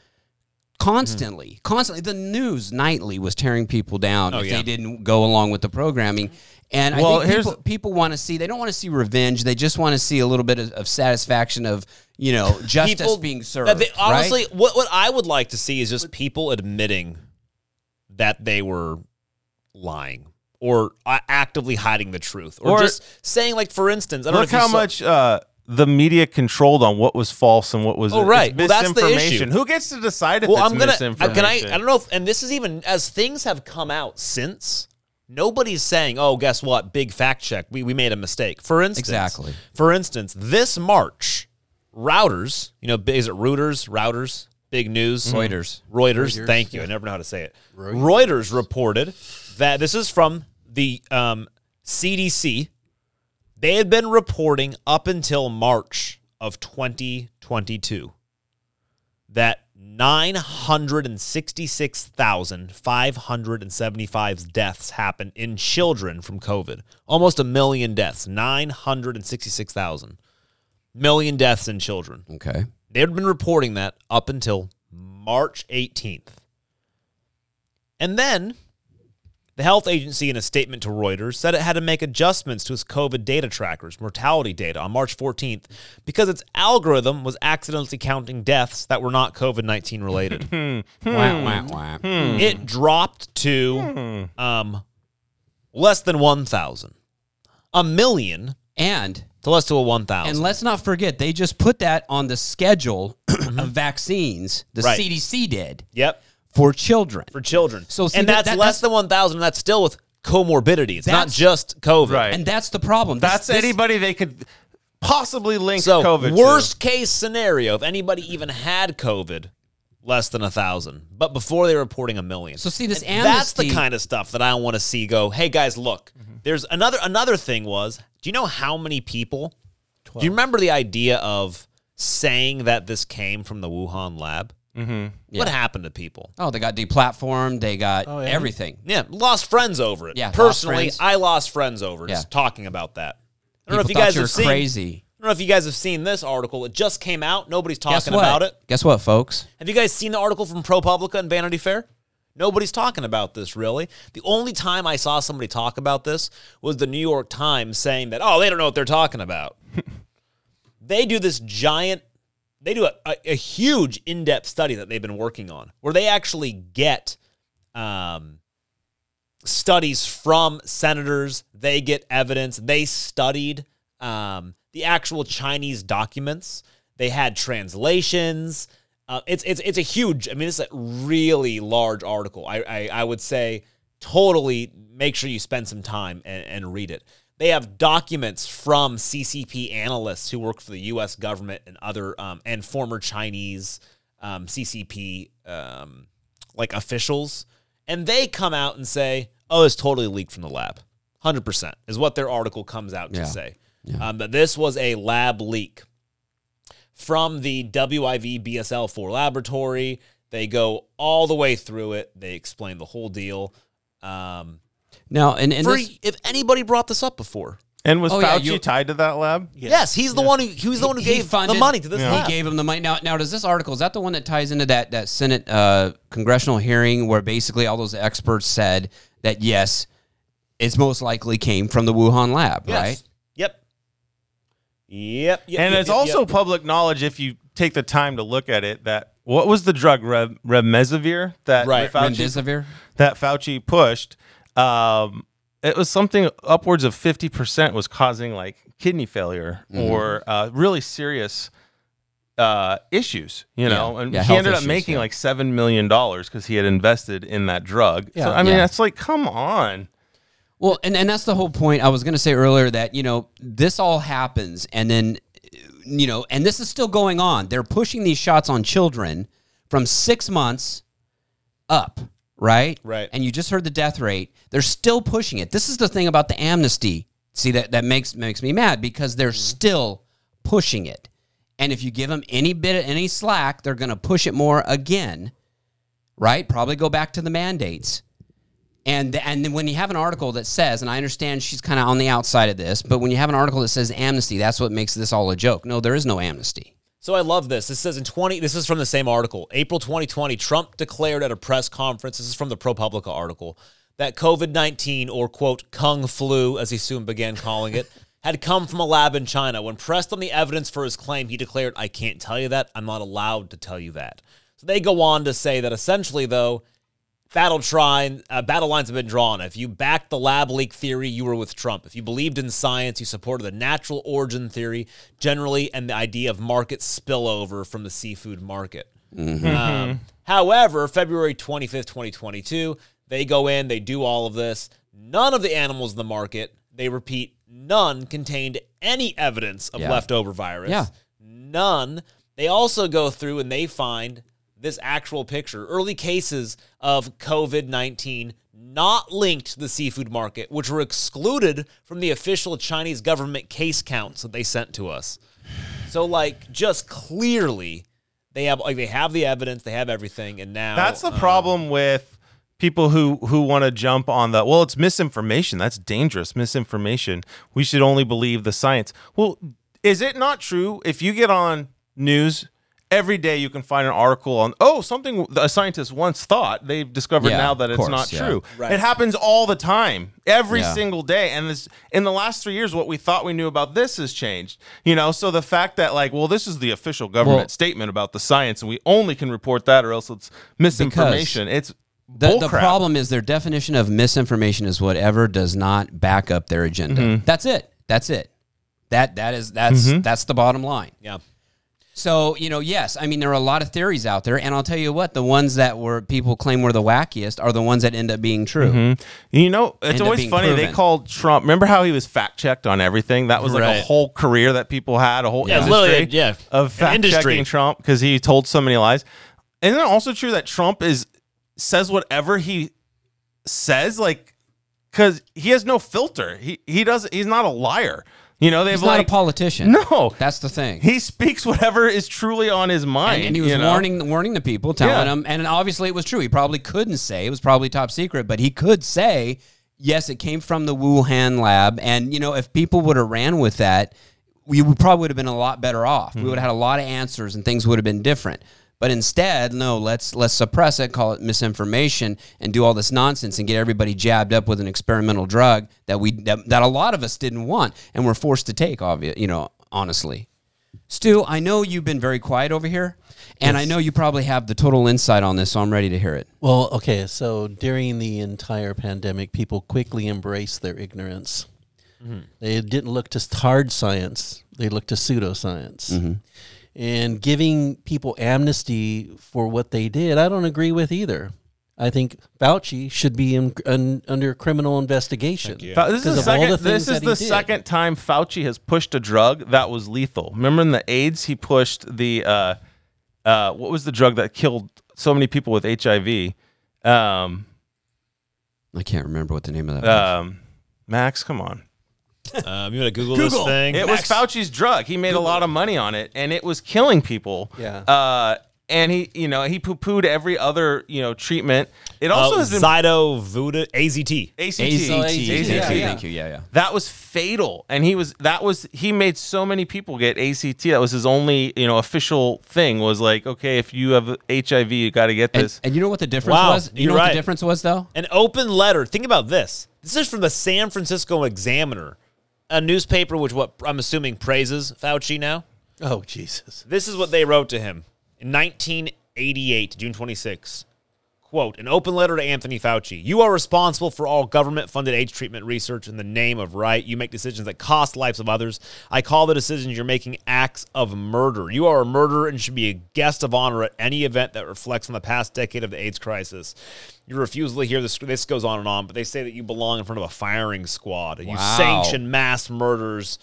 Speaker 2: constantly constantly the news nightly was tearing people down if
Speaker 1: Mm-hmm. Oh, yeah.
Speaker 2: they didn't go along with the programming and
Speaker 3: Well,
Speaker 2: i think
Speaker 3: here's-
Speaker 2: people, people want to see they don't want to see revenge they just want to see a little bit of, of satisfaction of you know justice being served
Speaker 1: that they-
Speaker 2: right?
Speaker 1: honestly, what what I would like to see is just people admitting that they were lying or uh, actively hiding the truth, or,
Speaker 3: Or-
Speaker 1: just saying, like for instance, I don't
Speaker 3: Look
Speaker 1: know if you
Speaker 3: how
Speaker 1: saw-
Speaker 3: much uh, the media controlled on what was false and what was
Speaker 1: Oh,
Speaker 3: it's
Speaker 1: right. Well, that's the
Speaker 3: misinformation.
Speaker 1: issue.
Speaker 3: Who gets to decide if
Speaker 1: Well,
Speaker 3: it's
Speaker 1: I'm gonna. uh,
Speaker 3: misinformation?
Speaker 1: Can I? I don't know if. And this is even as things have come out since. Nobody's saying, "Oh, guess what? Big fact check. We we made a mistake." For instance,
Speaker 2: Exactly.
Speaker 1: For instance, this March, routers. You know, bi- is it routers? Routers. Big news.
Speaker 2: Reuters.
Speaker 1: Reuters. Thank you. I never know how to say it. Reuters reported that this is from the um, CDC. They had been reporting up until March of 2022 that 966,575 deaths happened in children from COVID. Almost a million deaths, 966,000 million deaths in children.
Speaker 2: okay
Speaker 1: They had been reporting that up until March 18th. And then the health agency, in a statement to Reuters, said it had to make adjustments to its COVID data trackers, mortality data, on March 14th because its algorithm was accidentally counting deaths that were not COVID 19 related. Hmm.
Speaker 2: Wah, wah, wah.
Speaker 1: It dropped to um, less than 1,000, a million
Speaker 2: and
Speaker 1: to less to a 1,000.
Speaker 2: and let's not forget they just put that on the schedule of vaccines the
Speaker 1: Mm-hmm. Right.
Speaker 2: cdc did
Speaker 1: yep.
Speaker 2: for children
Speaker 1: for children.
Speaker 2: So see,
Speaker 1: and
Speaker 2: that-
Speaker 1: that's
Speaker 2: that-
Speaker 1: less
Speaker 2: that's-
Speaker 1: than one thousand. That's still with comorbidities, not
Speaker 2: That's-
Speaker 1: just COVID.
Speaker 3: Right.
Speaker 2: and that's the problem This-
Speaker 3: That's
Speaker 2: this-
Speaker 3: anybody they could possibly link
Speaker 1: So
Speaker 3: COVID. to.
Speaker 1: worst case scenario, if anybody even had COVID, less than a thousand. But before they were reporting a million.
Speaker 2: So see, this
Speaker 1: And that's the
Speaker 2: amnesty- Mm-hmm.
Speaker 1: kind of stuff that I want to see. Go, hey guys, look. There's another another thing was. Do you know how many people? Do you remember the idea of saying that this came from the Wuhan lab? Mm-hmm. What happened to people?
Speaker 2: oh they got deplatformed they got
Speaker 4: yeah.
Speaker 2: everything
Speaker 1: Oh, Yeah, lost friends over it.
Speaker 2: Yeah, lost
Speaker 1: personally,
Speaker 2: friends.
Speaker 1: I lost friends over it,
Speaker 2: Yeah.
Speaker 1: just talking about that. I
Speaker 2: people
Speaker 1: don't know if you
Speaker 2: thought
Speaker 1: guys
Speaker 2: you were
Speaker 1: have seen.
Speaker 2: crazy
Speaker 1: I don't know if you guys have seen this article. It just came out. Nobody's
Speaker 2: Guess
Speaker 1: talking
Speaker 2: what?
Speaker 1: about it.
Speaker 2: Guess what, folks?
Speaker 1: Have you guys seen the article from ProPublica and Vanity Fair? Nobody's talking about this really. The only time I saw somebody talk about this was the New York Times saying that, oh, they don't know what they're talking about. they do this giant, they do a, a, a huge in depth study that they've been working on where they actually get um, studies from senators. They get evidence. They studied um, the actual Chinese documents. They had translations. Uh, it's it's it's a huge. I mean, it's a really large article. I I, I would say totally make sure you spend some time and, and read it. They have documents from CCP analysts who work for the U.S. government and other um, and former Chinese um, CCP um, like officials, and they come out and say, "Oh, it's totally leaked from the lab." Hundred percent is what their article comes out to
Speaker 2: Yeah.
Speaker 1: say. Um, that this was a lab leak from the WIV BSL4 laboratory. They go all the way through it. They explain the whole deal. Um,
Speaker 2: Now, and, and
Speaker 1: for-
Speaker 2: this,
Speaker 1: if anybody brought this up before,
Speaker 3: And was
Speaker 2: Oh, yeah,
Speaker 3: Fauci
Speaker 2: you-
Speaker 3: tied to that lab?
Speaker 1: yes, he's the one who he was the one who gave the
Speaker 2: funded-
Speaker 1: money to this
Speaker 2: He
Speaker 1: lab.
Speaker 2: gave him the money. Now, now does this article is that the one that ties into that that Senate uh, congressional hearing where basically all those experts said that yes, it's most likely came from the Wuhan lab,
Speaker 1: Yes.
Speaker 2: right?
Speaker 1: Yep. Yep. yep
Speaker 3: and
Speaker 1: yep,
Speaker 3: it's
Speaker 1: yep,
Speaker 3: also
Speaker 1: yep.
Speaker 3: public knowledge if you take the time to look at it that what was the drug Rev, remesivir that
Speaker 1: Right.
Speaker 3: Fauci,
Speaker 2: Remdesivir.
Speaker 3: that Fauci pushed? Um, it was something upwards of fifty percent was causing like kidney failure
Speaker 2: Mm-hmm.
Speaker 3: or uh, really serious uh, issues. You know, and
Speaker 2: Yeah,
Speaker 3: he
Speaker 2: health
Speaker 3: ended up
Speaker 2: issues,
Speaker 3: making
Speaker 2: yeah.
Speaker 3: like seven million dollars because he had invested in that drug. so I mean,
Speaker 2: Yeah.
Speaker 3: that's like, come on.
Speaker 2: Well, and, and that's the whole point. I was going to say earlier that, you know, this all happens and then, you know, and this is still going on. They're pushing these shots on children from six months up, right?
Speaker 1: Right.
Speaker 2: And you just heard the death rate. They're still pushing it. This is the thing about the amnesty. See, that, that makes, makes me mad because they're still pushing it. And if you give them any bit of any slack, they're going to push it more again, right? Probably go back to the mandates. And and then when you have an article that says, and I understand she's kind of on the outside of this, but when you have an article that says amnesty, that's what makes this all a joke. No, there is no amnesty.
Speaker 1: So I love this. This says in 20, this is from the same article. April 2020, Trump declared at a press conference, this is from the ProPublica article, that COVID 19, or quote, Kung flu, as he soon began calling it, had come from a lab in China. When pressed on the evidence for his claim, he declared, I can't tell you that. I'm not allowed to tell you that. So they go on to say that essentially, though, battle trine uh, battle lines have been drawn if you backed the lab leak theory you were with trump if you believed in science you supported the natural origin theory generally and the idea of market spillover from the seafood market um, however february 25th 2022 they go in they do all of this none of the animals in the market they repeat none contained any evidence of
Speaker 2: Yeah.
Speaker 1: leftover virus
Speaker 2: Yeah.
Speaker 1: None. They also go through and they find this actual picture early cases of COVID 19 not linked to the seafood market, which were excluded from the official Chinese government case counts that they sent to us. So, like, just clearly. They have like they have the evidence, they have everything, and now um,
Speaker 3: That's
Speaker 2: uh,
Speaker 3: the problem with people who who want to jump on the well, it's misinformation. That's dangerous misinformation. We should only believe the science. Well, is it not true if you get on news every day you can find an article on oh something a scientist once thought they've discovered
Speaker 2: Yeah,
Speaker 3: now that
Speaker 2: of
Speaker 3: it's
Speaker 2: course,
Speaker 3: not
Speaker 2: yeah.
Speaker 3: true it happens all the time every
Speaker 2: Yeah.
Speaker 3: single day and this in the last three years what we thought we knew about this has changed you know so the fact that like well this is the official government
Speaker 2: Well-
Speaker 3: statement about the science and we only can report that or else it's mis- misinformation. It's
Speaker 2: The,
Speaker 3: bull
Speaker 2: the
Speaker 3: crap.
Speaker 2: problem is their definition of misinformation is whatever does not back up their agenda.
Speaker 3: Mm-hmm.
Speaker 2: That's it. That's it. That that is that's that's the bottom line.
Speaker 1: yeah.
Speaker 2: So, you know, yes, I mean, there are a lot of theories out there, and I'll tell you what, the ones that were people claim were the wackiest are the ones that end up being true.
Speaker 3: Mm-hmm. You know, it's
Speaker 2: End up
Speaker 3: always
Speaker 2: being
Speaker 3: funny. They
Speaker 2: proven.
Speaker 3: called Trump. Remember how he was fact checked on everything? That was like a
Speaker 1: Right.
Speaker 3: whole career that people had, a whole
Speaker 1: Yeah,
Speaker 3: industry
Speaker 1: literally, yeah,
Speaker 3: of
Speaker 1: an
Speaker 3: fact
Speaker 1: industry.
Speaker 3: checking Trump because he told so many lies. Isn't it also true that Trump is says whatever he says, like because he has no filter. He he doesn't. He's not a liar. You know, they've
Speaker 2: He's not
Speaker 3: like
Speaker 2: a politician.
Speaker 3: No.
Speaker 2: That's the thing.
Speaker 3: He speaks whatever is truly on his mind.
Speaker 2: and, and he was
Speaker 3: you know?
Speaker 2: warning warning the people, telling
Speaker 3: Yeah.
Speaker 2: them, and obviously it was true. He probably couldn't say it was probably top secret, but he could say, yes, it came from the Wuhan lab. And you know, if people would have ran with that, we would- probably would have been a lot better off. We would have had a lot of answers, and things would have been different. But instead, no, let's let's suppress it, call it misinformation, and do all this nonsense and get everybody jabbed up with an experimental drug that we that, that a lot of us didn't want and were forced to take. Obvious, you know, honestly. Stu, I know you've been very quiet over here, and I know you probably have the total insight on this, so I'm ready to hear it.
Speaker 4: Well, okay, so during the entire pandemic, people quickly embraced their ignorance. They didn't look to hard science, they looked to pseudoscience. And giving people amnesty for what they did, I don't agree with either. I think Fauci should be in, un, under criminal investigation.
Speaker 3: Fau- This is the
Speaker 4: Because of all
Speaker 3: second.
Speaker 4: the
Speaker 3: this
Speaker 4: things
Speaker 3: is
Speaker 4: that he
Speaker 3: the
Speaker 4: did.
Speaker 3: second time Fauci has pushed a drug that was lethal. Remember in the AIDS, he pushed the uh, uh, what was the drug that killed so many people with HIV? Um,
Speaker 2: I can't remember what the name of that. was.
Speaker 3: um, Max, come on.
Speaker 1: Um, you want to Google, this
Speaker 6: Google.
Speaker 1: thing?
Speaker 3: It was Fauci's drug. He made a lot of money on it, and it was killing people.
Speaker 4: Yeah.
Speaker 3: Uh, and he, you know, he poo-pooed every other, you know, treatment. It also
Speaker 1: uh,
Speaker 3: has been
Speaker 1: Zyto Vuda AZT.
Speaker 3: ACT.
Speaker 2: AZT.
Speaker 4: AZT,
Speaker 2: Thank you.
Speaker 4: yeah.
Speaker 2: Thank you. Yeah, yeah.
Speaker 3: That was fatal, and he was. That was. He made so many people get ACT. That was his only, you know, official thing. Was like, okay, if you have HIV, you got to get
Speaker 2: And,
Speaker 3: this.
Speaker 2: and you know what the difference
Speaker 1: Wow,
Speaker 2: was? You
Speaker 1: you're
Speaker 2: know what
Speaker 1: right.
Speaker 2: the difference was though?
Speaker 1: An open letter. Think about this. This is from the San Francisco Examiner, a newspaper which what I'm assuming praises Fauci now.
Speaker 4: Oh Jesus!
Speaker 1: This is what they wrote to him in 1988, June 26. Quote, an open letter to Anthony Fauci. You are responsible for all government funded AIDS treatment research in the name of right. You make decisions that cost lives of others. I call the decisions you're making acts of murder. You are a murderer and should be a guest of honor at any event that reflects on the past decade of the AIDS crisis. Your refusal to hear this, this goes on and on, but they say that you belong in front of a firing squad. You
Speaker 2: Wow.
Speaker 1: sanction mass murders.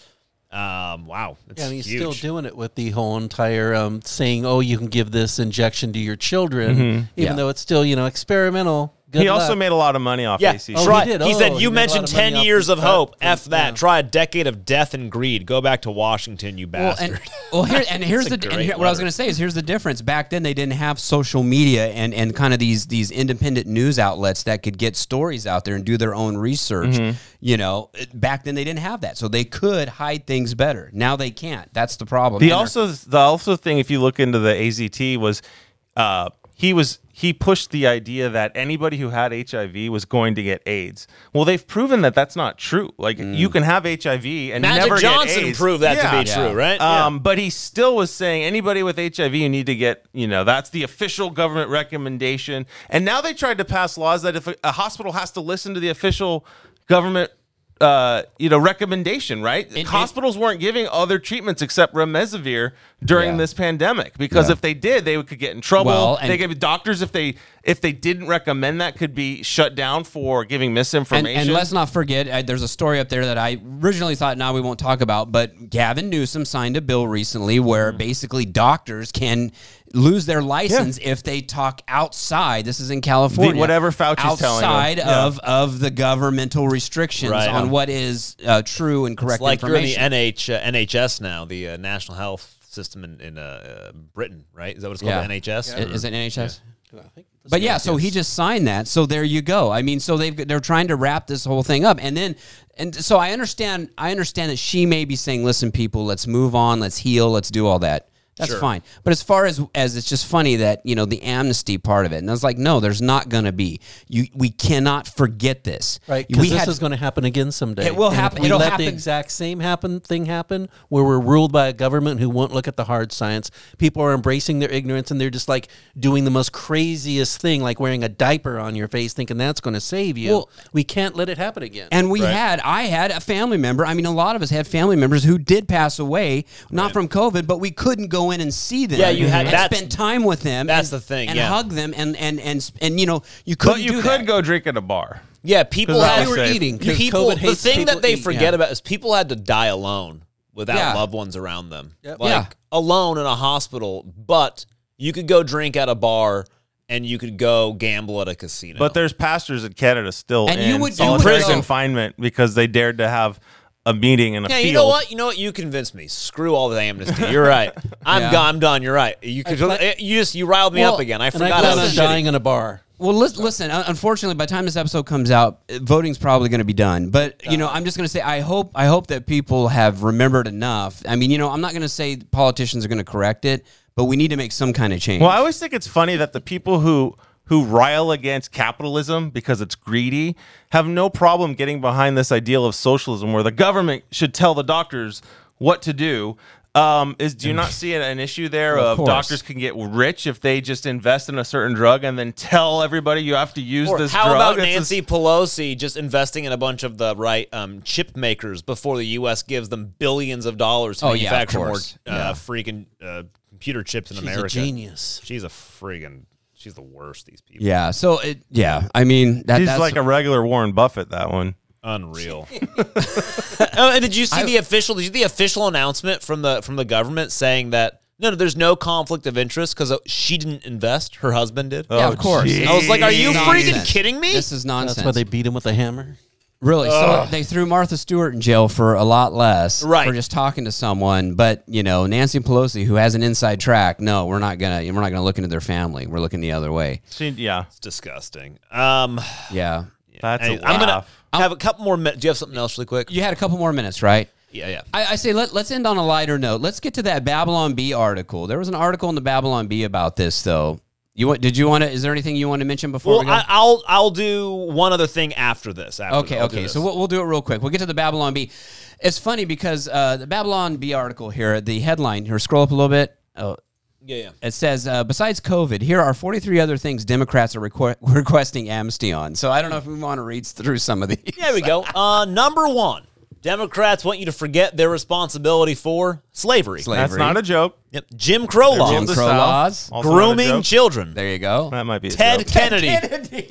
Speaker 1: Um, wow. It's
Speaker 4: Yeah, and he's
Speaker 1: huge.
Speaker 4: still doing it with the whole entire um, saying, "Oh, you can give this injection to your children," even
Speaker 2: Mm-hmm. Yeah.
Speaker 4: though it's still you know experimental. Good
Speaker 3: He also
Speaker 4: luck.
Speaker 3: made a lot of money off
Speaker 1: Yeah,
Speaker 3: ACT.
Speaker 4: Oh, he
Speaker 1: try. He,
Speaker 4: did. Oh,
Speaker 1: said,
Speaker 4: he
Speaker 1: You
Speaker 4: made a
Speaker 1: mentioned
Speaker 4: lot of money
Speaker 1: 10
Speaker 4: off
Speaker 1: years
Speaker 4: the
Speaker 1: of
Speaker 4: cut
Speaker 1: hope.
Speaker 4: from-
Speaker 1: F that.
Speaker 4: yeah.
Speaker 1: Try a decade of death and greed. Go back to Washington, you
Speaker 2: Well,
Speaker 1: bastard.
Speaker 2: and, well here, and here's
Speaker 1: a
Speaker 2: the and
Speaker 1: great
Speaker 2: here- what I was
Speaker 1: letter.
Speaker 2: going to say is here's the difference. Back then, they didn't have social media and and kind of these these independent news outlets that could get stories out there and do their own research. You know, back then they didn't have that, so they could hide things better. Now they can't. That's the problem.
Speaker 3: The
Speaker 2: And they're-
Speaker 3: also the also thing, if you look into the AZT, was uh, he was he pushed the idea that anybody who had HIV was going to get AIDS. Well, they've proven that that's not true. Like you can have HIV
Speaker 1: Mm.
Speaker 3: and
Speaker 1: Magic
Speaker 3: never
Speaker 1: Johnson
Speaker 3: get AIDS.
Speaker 1: proved that to be
Speaker 2: Yeah.
Speaker 1: true, right?
Speaker 3: Um, but he still was saying anybody with HIV, you need to get, you know, that's the official government recommendation. And now they tried to pass laws that if a, a hospital has to listen to the official government, uh, you know, recommendation, right? Hospitals weren't giving other treatments except remdesivir during
Speaker 2: Yeah.
Speaker 3: this pandemic because
Speaker 2: Yeah.
Speaker 3: if they did, they could get in trouble.
Speaker 2: Well, and-
Speaker 3: they could be doctors if they if they didn't recommend that could be shut down for giving
Speaker 2: And,
Speaker 3: misinformation.
Speaker 2: and let's not forget, uh, there's a story up there that I originally thought now we won't talk about, but Gavin Newsom signed a bill recently where
Speaker 1: Hmm.
Speaker 2: basically doctors can lose their license if they talk outside. This is in California.
Speaker 3: whatever Fauci's telling them.
Speaker 2: outside of of the governmental restrictions
Speaker 1: Right.
Speaker 2: on
Speaker 1: Yeah.
Speaker 2: what is uh, true and
Speaker 1: it's
Speaker 2: correct
Speaker 1: like you're in the
Speaker 2: information.
Speaker 1: NH, uh, NHS now, the uh, National Health System in, in uh, uh, Britain, right? Is that what it's called? The NHS?
Speaker 2: I- Is it NHS? But yeah, so he just signed that. So there you go. I mean, so they've they're trying to wrap this whole thing up, and then and so I understand. I understand that she may be saying, "Listen, people, let's move on, let's heal, let's do all that." That's fine. But as far as as it's just funny that you know the amnesty part of it, and I was like, no, there's not going to be. You we cannot forget this.
Speaker 4: Right,
Speaker 2: We
Speaker 4: because this
Speaker 2: had
Speaker 4: is going to happen again someday.
Speaker 2: It will
Speaker 4: And if
Speaker 2: happen-
Speaker 4: We
Speaker 2: it'll
Speaker 4: let
Speaker 2: happen.
Speaker 4: the exact same happen thing happen, where we're ruled by a government who won't look at the hard science. People are embracing their ignorance, and they're just like doing the most craziest thing, like wearing a diaper on your face, thinking that's going to save you.
Speaker 2: Well-
Speaker 4: we can't let it happen again.
Speaker 2: And we had, I had a family member. I mean, a lot of us had family members who did pass away, not from COVID, but we couldn't go in and see them.
Speaker 1: Yeah, you had-
Speaker 2: and
Speaker 1: that's-
Speaker 2: spend time with them.
Speaker 1: that's
Speaker 2: and-
Speaker 1: the thing,
Speaker 2: And
Speaker 1: yeah.
Speaker 2: hug them, and and and and you know, you
Speaker 3: but
Speaker 2: couldn't.
Speaker 3: you
Speaker 2: do
Speaker 3: could
Speaker 2: that.
Speaker 3: go drink at a bar.
Speaker 1: Yeah, people
Speaker 3: Because
Speaker 1: had,
Speaker 3: we were Safe.
Speaker 4: eating, 'cause
Speaker 1: People,
Speaker 4: COVID
Speaker 1: the
Speaker 4: hates
Speaker 1: thing that
Speaker 4: people
Speaker 1: they
Speaker 4: eat,
Speaker 1: forget
Speaker 4: yeah.
Speaker 1: about is people had to die alone without
Speaker 2: Yeah.
Speaker 1: loved ones around them. Like
Speaker 2: Yeah.
Speaker 1: alone in a hospital, but you could go drink at a bar and you could go gamble at a casino.
Speaker 3: But there's pastors in Canada still
Speaker 2: And
Speaker 3: in
Speaker 2: you would- you
Speaker 3: solitary
Speaker 2: would-
Speaker 3: confignment because they dared to have a meeting in a
Speaker 1: yeah,
Speaker 3: field.
Speaker 1: you know what? You know what? You convinced me. Screw all the amnesty. You're right. I'm
Speaker 2: Yeah.
Speaker 1: gone. I'm done. You're right. You could, you just you riled me
Speaker 2: Well,
Speaker 1: up again. I
Speaker 4: And I
Speaker 1: forgot I
Speaker 4: plan
Speaker 1: was
Speaker 4: on
Speaker 1: shitty.
Speaker 4: dying in a bar.
Speaker 2: Well, lis- listen. un- Unfortunately, by the time this episode comes out, uh, voting's probably going to be done. But you know, I'm just going to say, I hope, I hope that people have remembered enough. I mean, you know, I'm not going to say politicians are going to correct it, but we need to make some kind of change.
Speaker 3: Well, I always think it's funny that the people who who rile against capitalism because it's greedy have no problem getting behind this ideal of socialism, where the government should tell the doctors what to do. Um, is do you not see an, an issue there
Speaker 2: Well, of
Speaker 3: of,
Speaker 2: course.
Speaker 3: doctors can get rich if they just invest in a certain drug and then tell everybody you have to use
Speaker 1: Or
Speaker 3: this
Speaker 1: how
Speaker 3: drug?
Speaker 1: about
Speaker 3: It's a s-
Speaker 1: Nancy Pelosi just investing in a bunch of the right um, chip makers before the U.S. gives them billions of dollars to
Speaker 2: Oh, yeah, of
Speaker 1: manufacture more
Speaker 2: course.
Speaker 1: uh, freaking uh, computer chips in
Speaker 4: She's
Speaker 1: America?
Speaker 4: a genius.
Speaker 1: She's a freaking. She's She's the worst. These people.
Speaker 2: Yeah. So it, yeah, I mean that,
Speaker 3: He's
Speaker 2: that's
Speaker 3: like a regular Warren Buffett. That one.
Speaker 1: Unreal. oh, and did you see the official? Did you see the official announcement from the from the government saying that no, no, there's no conflict of interest because she didn't invest, her husband did.
Speaker 2: yeah, of course.
Speaker 3: geez.
Speaker 1: I was like, are you
Speaker 2: Oh, Nonsense.
Speaker 1: freaking kidding me?
Speaker 2: This is nonsense.
Speaker 4: That's why they beat him with a hammer.
Speaker 2: Really? So they threw Martha Stewart in jail for a lot less
Speaker 1: Right.
Speaker 2: for just talking to someone, but you know Nancy Pelosi, who has an inside track, no, we're not gonna we're not gonna look into their family. We're looking the other way.
Speaker 3: She, yeah,
Speaker 1: It's disgusting. Um,
Speaker 2: Yeah.
Speaker 3: that's
Speaker 1: I,
Speaker 3: a
Speaker 1: am
Speaker 3: laugh.
Speaker 1: gonna have a couple more minutes. Do you have something else really quick?
Speaker 2: You had a couple more minutes, right?
Speaker 1: Yeah, yeah.
Speaker 2: I, I say let, let's end on a lighter note. Let's get to that Babylon B article. There was an article in the Babylon B about this, though. You want? Did you want to? Is there anything you want to mention before
Speaker 1: Well,
Speaker 2: we go?
Speaker 1: I, I'll I'll do one other thing after this. After
Speaker 2: Okay,
Speaker 1: I'll do
Speaker 2: okay.
Speaker 1: this.
Speaker 2: So we'll, we'll do it real quick. We'll get to the Babylon B. It's funny because uh, the Babylon B article here, the headline here, scroll up a little bit. Oh,
Speaker 1: yeah, yeah.
Speaker 2: it says, uh, besides COVID, here are 43 other things Democrats are requ- requesting amnesty on. So I don't know if we want to read through some of these.
Speaker 1: There we go. Uh, number one, Democrats want you to forget their responsibility for slavery.
Speaker 3: That's not a joke.
Speaker 1: Yep. Jim Crow
Speaker 2: Jim
Speaker 1: laws,
Speaker 2: Crow laws.
Speaker 3: Also not a
Speaker 1: grooming
Speaker 3: joke.
Speaker 1: children.
Speaker 2: There you go.
Speaker 3: That might be a
Speaker 1: Ted
Speaker 3: joke.
Speaker 1: Kennedy.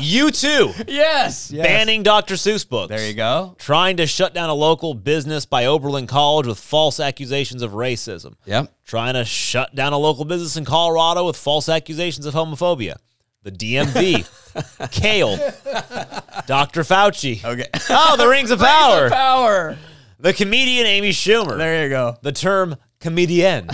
Speaker 1: You too.
Speaker 2: Yes. yes.
Speaker 1: Banning Dr. Seuss books.
Speaker 2: There you go.
Speaker 1: Trying to shut down a local business by Oberlin College with false accusations of racism.
Speaker 2: Yep.
Speaker 1: Trying to shut down a local business in Colorado with false accusations of homophobia. The DMV. Kale. Dr. Fauci.
Speaker 2: Okay.
Speaker 1: Oh, the rings of power.
Speaker 2: Power.
Speaker 1: The comedian Amy Schumer.
Speaker 2: There you go.
Speaker 1: the term comedienne.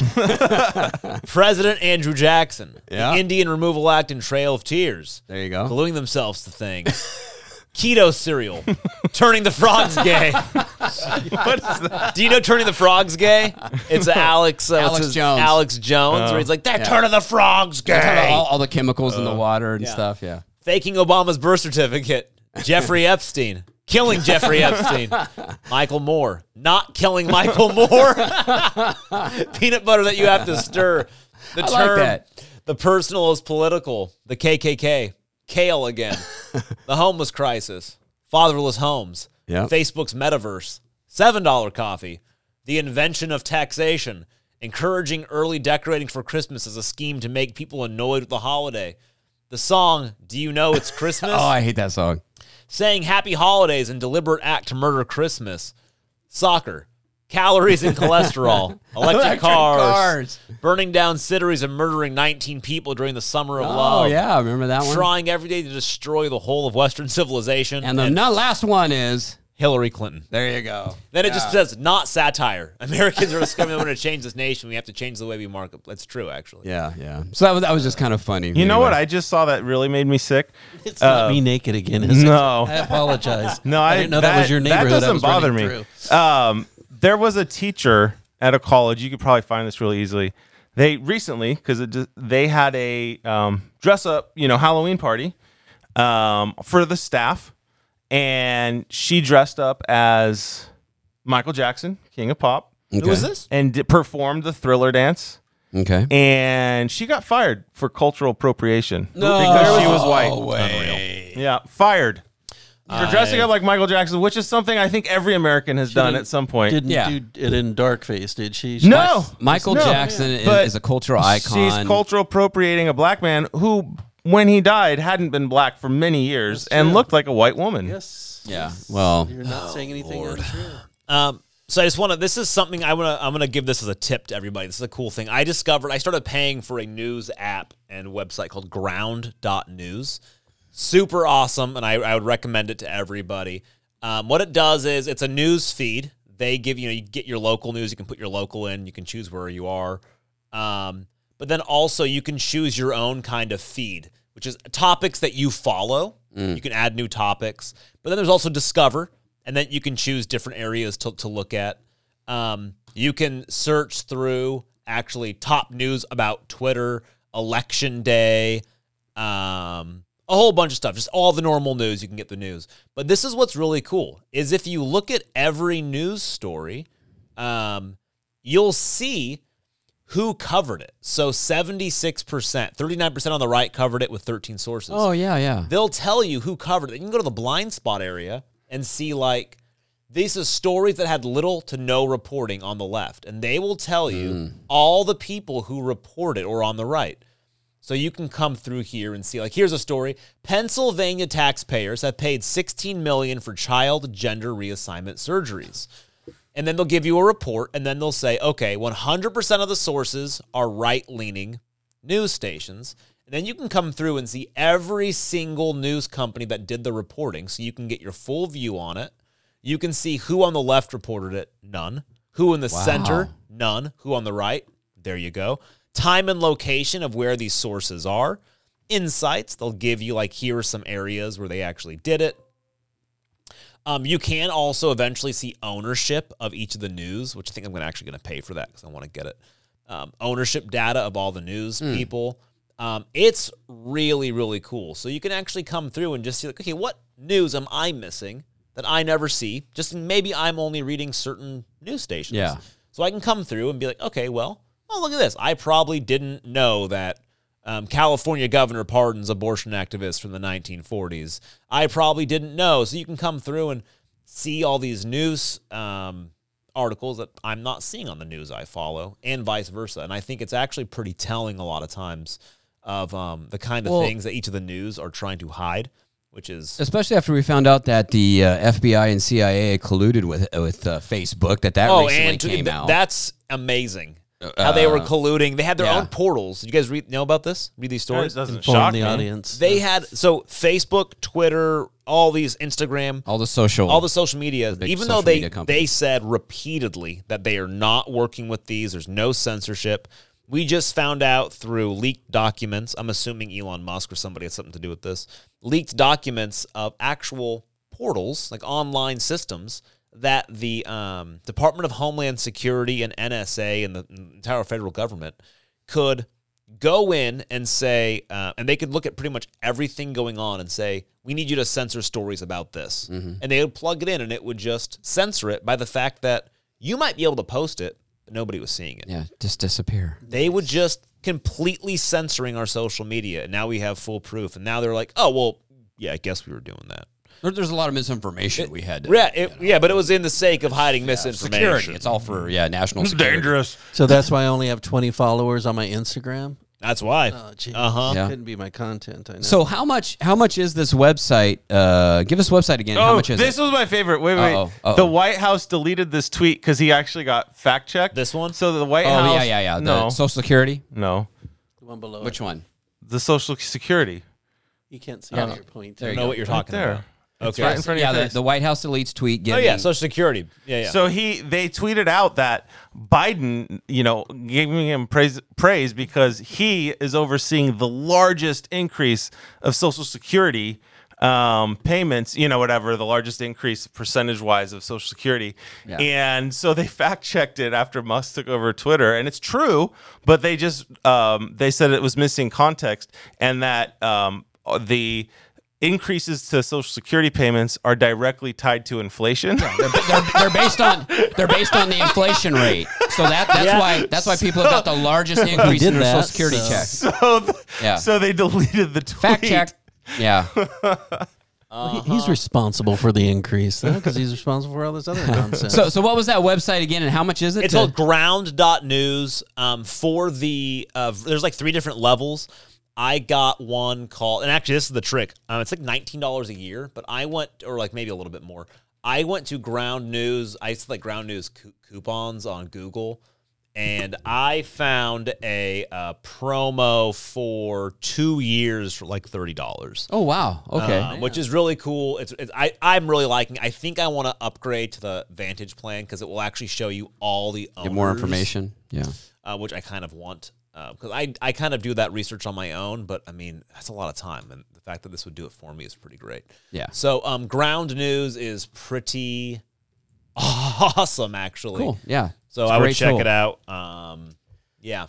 Speaker 1: President Andrew Jackson.
Speaker 2: Yeah.
Speaker 1: The Indian Removal Act and Trail of Tears.
Speaker 2: There you go.
Speaker 1: Gluing themselves to things. Keto cereal. Turning the frogs gay.
Speaker 3: What is that?
Speaker 1: Do you know Turning the Frogs Gay? It's Alex uh, what's
Speaker 2: Alex
Speaker 1: his-
Speaker 2: Jones.
Speaker 1: Alex Jones, where he's like, they're turning the frogs gay.
Speaker 2: All, all the chemicals
Speaker 1: Uh,
Speaker 2: in the water and stuff. Yeah.
Speaker 1: Faking Obama's birth certificate. Jeffrey Epstein. Killing Jeffrey Epstein. Michael Moore. Not killing Michael Moore. Peanut butter that you have to stir. The
Speaker 2: like
Speaker 1: term.
Speaker 2: that.
Speaker 1: The personal is political. The KKK. Kale again. the homeless crisis. Fatherless homes.
Speaker 2: Yeah.
Speaker 1: Facebook's metaverse. $7 coffee. The invention of taxation. Encouraging early decorating for Christmas as a scheme to make people annoyed with the holiday. The song, Do You Know It's Christmas?
Speaker 2: Oh, I hate that song.
Speaker 1: saying happy holidays in deliberate act to murder Christmas, soccer, calories and cholesterol, electric,
Speaker 2: Electric
Speaker 1: cars,
Speaker 2: cars.
Speaker 1: burning down cities and murdering 19 people during the summer of
Speaker 2: Oh,
Speaker 1: love.
Speaker 2: yeah. Remember that one?
Speaker 1: Trying every day to destroy the whole of Western civilization
Speaker 2: And the no- last one is
Speaker 1: Hillary Clinton.
Speaker 2: there you go.
Speaker 1: Then it just says not satire. Americans are discovering we're going to change this nation. We have to change the way we mark it. That's true, actually.
Speaker 2: Yeah, yeah. So that was that was just kind of funny.
Speaker 3: You know what? I just saw that really made me sick.
Speaker 4: It's
Speaker 2: Oh.
Speaker 4: not me naked again, is it? I
Speaker 3: No,
Speaker 4: apologize.
Speaker 3: no, I,
Speaker 4: didn't know that, was your neighborhood. I
Speaker 3: That doesn't
Speaker 4: was
Speaker 3: bother
Speaker 4: running
Speaker 3: me.
Speaker 4: through.
Speaker 3: Um, there was a teacher at a college. You could probably find this really easily. They recently because they had a um, dress up, you know, Halloween party um, for the staff, and she dressed up as Michael Jackson, King of Pop,
Speaker 2: Who was this?
Speaker 3: and d- performed the Thriller dance.
Speaker 2: Okay.
Speaker 3: and she got fired for cultural appropriation because she was white. Yeah, fired for dressing up like Michael Jackson, which is something I think every American has done
Speaker 4: didn't-
Speaker 3: at some point.
Speaker 4: Didn't
Speaker 2: Yeah.
Speaker 4: do it in darkface, did she?
Speaker 3: no,
Speaker 2: Michael
Speaker 3: No.
Speaker 2: Jackson is,
Speaker 3: But
Speaker 2: is a cultural icon.
Speaker 3: She's cultural appropriating a black man who, when he died, hadn't been black for many years and looked like a white woman.
Speaker 4: Yes.
Speaker 2: yeah. Well, oh,
Speaker 4: You're not saying anything. untrue.
Speaker 1: Um, so I just want to. This is something I want to. I'm going to give this as a tip to everybody. This is a cool thing I discovered. I started paying for a news app and website called Ground.News. Super awesome, and I, I would recommend it to everybody. Um, what it does is it's a news feed. They give you know you get your local news. You can put your local in. You can choose where you are. Um, but then also you can choose your own kind of feed, which is topics that you follow. You can add new topics. But then there's also Discover, and then you can choose different areas to, to look at. Um, you can search through actually top news about Twitter, election day, um, a whole bunch of stuff. Just all the normal news. You can get the news. But this is what's really cool is if you look at every news story, um, you'll see who covered it. So 76%, 39% on the right covered it with 13 sources.
Speaker 2: oh yeah, yeah.
Speaker 1: They'll tell you who covered it. You can go to the blind spot area and see like these are stories that had little to no reporting on the left, and they will tell you all the people who reported or on the right. So you can come through here and see. Like, here's a story: Pennsylvania taxpayers have paid 16 million for child gender reassignment surgeries, and then they'll give you a report, and then they'll say, okay, 100% of the sources are right-leaning news stations. And then you can come through and see every single news company that did the reporting, so you can get your full view on it. You can see who on the left reported it, none. Who in the center, none. Who on the right, there you go. Time and location of where these sources are. Insights, they'll give you like here are some areas where they actually did it. Um, you can also eventually see ownership of each of the news, which I think I'm gonna actually going to pay for that because I want to get it. Um, ownership data of all the news people. Um, it's really really cool. So you can actually come through and just see like, okay, what news am I missing that I never see? Just maybe I'm only reading certain news stations.
Speaker 2: Yeah.
Speaker 1: So I can come through and be like, okay, well, oh look at this. I probably didn't know that um, California governor pardons abortion activists from the 1940s. I probably didn't know. So you can come through and see all these news um, articles that I'm not seeing on the news I follow, and vice versa. And I think it's actually pretty telling a lot of times of um, the kind of
Speaker 2: Well-
Speaker 1: things that each of the news are trying to hide, which is
Speaker 2: Especially after we found out that the uh, FBI and CIA colluded with with uh, Facebook, that
Speaker 4: Oh,
Speaker 2: that recently
Speaker 1: Oh, to-
Speaker 2: came
Speaker 1: th-
Speaker 2: out. Uh,
Speaker 1: that's amazing. How they were colluding. They had their
Speaker 2: yeah.
Speaker 1: own portals. You guys read, know about this? Read these
Speaker 3: It
Speaker 1: stories?
Speaker 3: doesn't
Speaker 4: Shock
Speaker 3: shock
Speaker 4: the
Speaker 3: me.
Speaker 4: audience.
Speaker 1: They had so Facebook, Twitter, all these Instagram,
Speaker 2: all the social,
Speaker 1: all the social media,
Speaker 2: big
Speaker 1: even
Speaker 2: social
Speaker 1: though they
Speaker 2: media companies.
Speaker 1: they said repeatedly that they are not working with these, there's no censorship. We just found out through leaked documents. I'm assuming Elon Musk or somebody had something to do with this. Leaked documents of actual portals, like online systems, that the um, Department of Homeland Security and NSA and the entire federal government could go in and say, uh, and they could look at pretty much everything going on and say, we need you to censor stories about this.
Speaker 2: Mm-hmm.
Speaker 1: And they would plug it in and it would just censor it by the fact that you might be able to post it, but nobody was seeing it.
Speaker 2: yeah, just disappear.
Speaker 1: They would just completely censoring our social media. And now we have full proof. And now they're like, oh, well, yeah, I guess we were doing that.
Speaker 2: There, there's a lot of misinformation we had.
Speaker 1: Yeah, it, yeah, but it was in the sake of hiding misinformation.
Speaker 2: security. It's all for yeah, national security.
Speaker 3: Dangerous.
Speaker 4: So that's why I only have 20 followers on my Instagram.
Speaker 1: That's why.
Speaker 3: Oh,
Speaker 4: jeez.
Speaker 1: uh huh.
Speaker 2: Yeah.
Speaker 4: Couldn't be my content. I know.
Speaker 2: Uh-huh. So how much? How much is this website? Uh, give us website again. how
Speaker 3: Oh,
Speaker 2: much is
Speaker 3: this
Speaker 2: it?
Speaker 3: was my favorite. Wait, wait.
Speaker 2: Uh-oh, uh-oh.
Speaker 3: The White House deleted this tweet because he actually got fact checked.
Speaker 1: This one?
Speaker 3: So the White
Speaker 2: oh
Speaker 3: House.
Speaker 2: yeah, yeah, yeah. The
Speaker 3: No,
Speaker 2: Social Security.
Speaker 3: no.
Speaker 4: the one below.
Speaker 2: Which
Speaker 4: Which
Speaker 2: one?
Speaker 3: The Social Security.
Speaker 4: you can't see
Speaker 2: Oh,
Speaker 4: your point.
Speaker 2: there you
Speaker 1: Know
Speaker 2: go.
Speaker 1: what you're talking
Speaker 3: There.
Speaker 1: about. Okay.
Speaker 3: right in front of
Speaker 2: yeah,
Speaker 3: your
Speaker 2: the,
Speaker 3: face.
Speaker 2: the White House deletes tweet.
Speaker 1: oh,
Speaker 2: Getting,
Speaker 1: yeah, Social Security. Yeah, yeah.
Speaker 3: So he they tweeted out that Biden, you know, giving him praise praise because he is overseeing the largest increase of Social Security um, payments, you know, whatever the largest increase percentage wise of Social Security, and so they fact checked it after Musk took over Twitter, and it's true, but they just um, they said it was missing context and that um, the increases to social security payments are directly tied to inflation
Speaker 2: They're, they're, they're based on they're based on the inflation rate. So that that's
Speaker 1: Yeah.
Speaker 2: why that's why people have got the largest increase in
Speaker 4: did
Speaker 2: their
Speaker 4: that,
Speaker 2: Social Security
Speaker 4: so-
Speaker 2: check.
Speaker 3: So, th-
Speaker 2: Yeah.
Speaker 3: so they deleted the tweet.
Speaker 2: Fact check. Yeah.
Speaker 4: Well, he- He's responsible for the increase because he's responsible for all this other nonsense.
Speaker 2: Uh-huh. So so what was that website again, and how much is it?
Speaker 1: It's
Speaker 2: to-
Speaker 1: called ground.news um, for the uh, there's like three different levels. I got one call, and actually, this is the trick. Um, it's like nineteen dollars a year, but I went, or like maybe a little bit more. I went to Ground News. I used to like Ground News cou- coupons on Google, and I found a uh, promo for two years for like thirty dollars.
Speaker 2: Oh wow. Okay.
Speaker 1: Uh, which is really cool. It's, it's I I'm really liking. I think I want to upgrade to the Vantage plan because it will actually show you all the owners,
Speaker 2: Get more information. Yeah.
Speaker 1: uh, which I kind of want because I I kind of do that research on my own. But I mean that's a lot of time, and the fact that this would do it for me is pretty great.
Speaker 2: Yeah.
Speaker 1: So um, ground news is pretty awesome actually.
Speaker 2: Cool. Yeah.
Speaker 1: So
Speaker 2: It's a
Speaker 1: I would
Speaker 2: great
Speaker 1: check
Speaker 2: tool.
Speaker 1: it out. Um, yeah.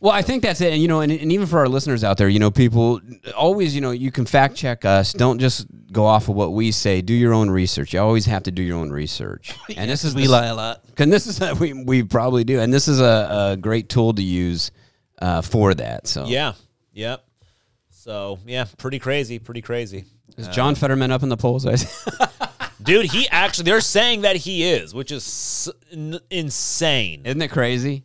Speaker 2: Well, I think that's it. And, you know, and, and even for our listeners out there, you know, people always, you know, you can fact check us. Don't just go off of what we say. Do your own research. You always have to do your own research. And this is
Speaker 4: we lie a lot.
Speaker 2: And this is we we probably do. And this is a, a great tool to use uh, for that. So
Speaker 1: Yeah. Yep. So yeah, pretty crazy. Pretty crazy.
Speaker 2: Is John Fetterman up in the polls? I see.
Speaker 1: Dude, he actually, they're saying that he is, which is s- n- insane.
Speaker 2: Isn't it crazy?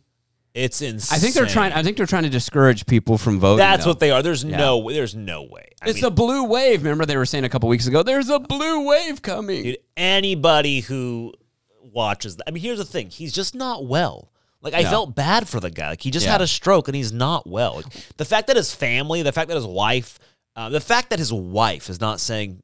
Speaker 1: It's insane.
Speaker 2: I think they're trying. I think they're trying to discourage people from voting.
Speaker 1: That's
Speaker 2: though.
Speaker 1: what they are. There's no. There's no way. I
Speaker 2: It's
Speaker 1: mean,
Speaker 2: a blue wave. Remember they were saying a couple weeks ago. There's a blue wave coming.
Speaker 1: dude, anybody who watches. That, I mean, here's the thing. He's just not well. Like I felt bad for the guy. Like he just
Speaker 2: Yeah.
Speaker 1: had a stroke and he's not well. Like, the fact that his family, the fact that his wife, uh, the fact that his wife is not saying,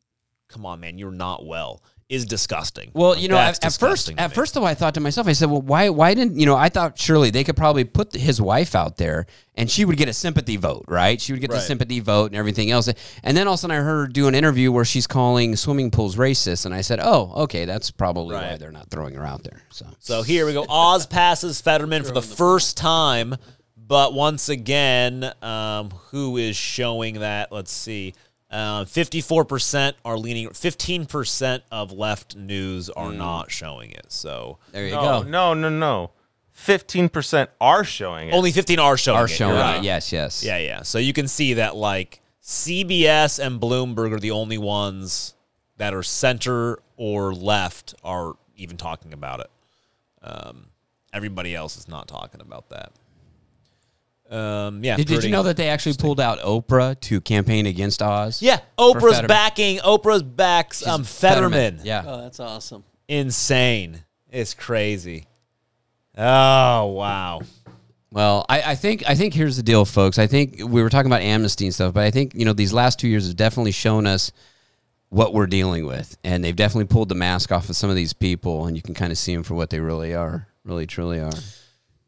Speaker 1: "Come on, man, you're not well," is disgusting.
Speaker 2: Well,
Speaker 1: Like,
Speaker 2: you know,
Speaker 1: that's
Speaker 2: at, at first,
Speaker 1: disgusting to
Speaker 2: at
Speaker 1: me.
Speaker 2: first though, I thought to myself, I said, well, why, why didn't you know? I thought surely they could probably put his wife out there, and she would get a sympathy vote, right? She would get the
Speaker 1: Right.
Speaker 2: sympathy vote and everything else. And then all of a sudden, I heard her do an interview where she's calling swimming pools racist, and I said, oh, okay, that's probably why they're not throwing her out there. So,
Speaker 1: So here we go. Oz passes Fetterman for the first time, but once again, um, who is showing that? Let's see. Uh, 54% are leaning, 15% of left news are not showing it. So
Speaker 2: Hmm. there you
Speaker 3: No,
Speaker 2: go.
Speaker 3: no, no, no. Fifteen percent are showing it.
Speaker 1: only 15 are showing
Speaker 2: Are
Speaker 1: it.
Speaker 2: showing
Speaker 1: You're right.
Speaker 2: it? Yes, yes.
Speaker 1: Yeah, yeah. So you can see that like CBS and Bloomberg are the only ones that are center or left are even talking about it. Um, everybody else is not talking about that. Um, yeah.
Speaker 2: Did, did you
Speaker 1: pretty-
Speaker 2: know that they actually pulled out Oprah to campaign against Oz?
Speaker 1: Yeah,
Speaker 2: For
Speaker 1: Oprah's
Speaker 2: Fetterman.
Speaker 1: backing. Oprah's backs um, Fetterman.
Speaker 2: Yeah.
Speaker 4: Oh, that's awesome.
Speaker 1: Insane. It's crazy. Oh wow.
Speaker 2: Well, I, I think I think here's the deal, folks. I think we were talking about amnesty and stuff, but I think you know these last two years have definitely shown us what we're dealing with, and they've definitely pulled the mask off of some of these people, and you can kind of see them for what they really are, really truly are.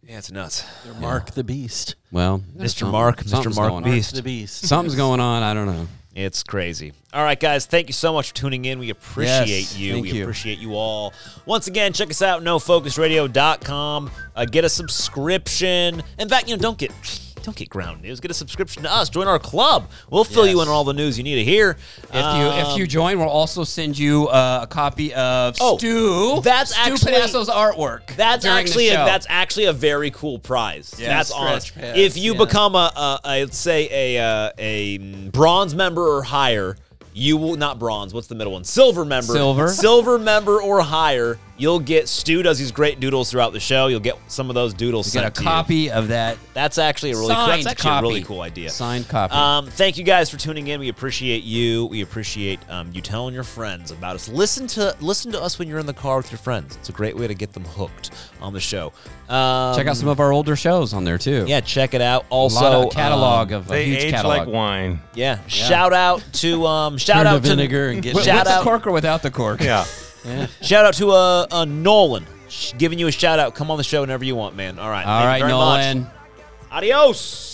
Speaker 1: Yeah, it's nuts.
Speaker 4: They're Mark the Beast.
Speaker 2: Well, there's
Speaker 1: Mr.
Speaker 2: something-
Speaker 1: Mark, Mr.
Speaker 2: something's
Speaker 1: Mark
Speaker 2: going on.
Speaker 1: Beast.
Speaker 4: The Beast.
Speaker 2: Something's going on. I don't know.
Speaker 1: It's crazy. All right, guys, thank you so much for tuning in. We appreciate
Speaker 2: Yes,
Speaker 1: you.
Speaker 2: thank
Speaker 1: We
Speaker 2: you.
Speaker 1: appreciate you all. Once again, check us out, nofocusradio.com. Uh, get a subscription. In fact, you know, don't get don't get ground news. Get a subscription to us. Join our club. We'll fill you in on all the news you need to hear.
Speaker 2: If you if you join, we'll also send you uh, a copy
Speaker 1: Um,
Speaker 2: of
Speaker 1: Oh,
Speaker 2: Stu.
Speaker 1: that's
Speaker 2: Stu
Speaker 1: actually-
Speaker 2: Panasso's artwork.
Speaker 1: That's
Speaker 2: during the
Speaker 1: actually a,
Speaker 2: show.
Speaker 1: that's actually a very cool prize. that's honest.
Speaker 4: pads,
Speaker 1: if you
Speaker 4: yeah.
Speaker 1: become a, a, a say a uh, a bronze member or higher, you will not bronze. What's the middle one? Silver member.
Speaker 2: Silver.
Speaker 1: Silver member or higher, you'll get Stu does these great doodles throughout the show. You'll get some of those doodles.
Speaker 2: get a
Speaker 1: sent to you.
Speaker 2: copy of that
Speaker 1: That's actually a really cool,
Speaker 2: signed
Speaker 1: that's actually
Speaker 2: copy.
Speaker 1: a really cool idea.
Speaker 2: Signed copy.
Speaker 1: Um, thank you guys for tuning in. We appreciate you. We appreciate um, you telling your friends about us. Listen to listen to us when you're in the car with your friends. It's a great way to get them hooked on the show. Um,
Speaker 2: Check out some of our older shows on there too.
Speaker 1: yeah, check it out.
Speaker 2: A
Speaker 1: Also,
Speaker 2: lot of catalog
Speaker 1: um,
Speaker 2: of a
Speaker 3: they
Speaker 2: huge
Speaker 3: age
Speaker 2: catalog.
Speaker 3: like wine.
Speaker 1: yeah, shout out to um, shout out to
Speaker 4: vinegar and get
Speaker 1: Wh-
Speaker 2: With,
Speaker 1: Shout
Speaker 2: with
Speaker 1: out.
Speaker 2: the cork or without the cork?
Speaker 3: Yeah.
Speaker 1: shout out to uh, uh, Nolan, Sh- giving you a shout out. Come on the show whenever you want, man. All right,
Speaker 2: All
Speaker 1: thank you
Speaker 2: right,
Speaker 1: very
Speaker 2: Nolan.
Speaker 1: much. Adios.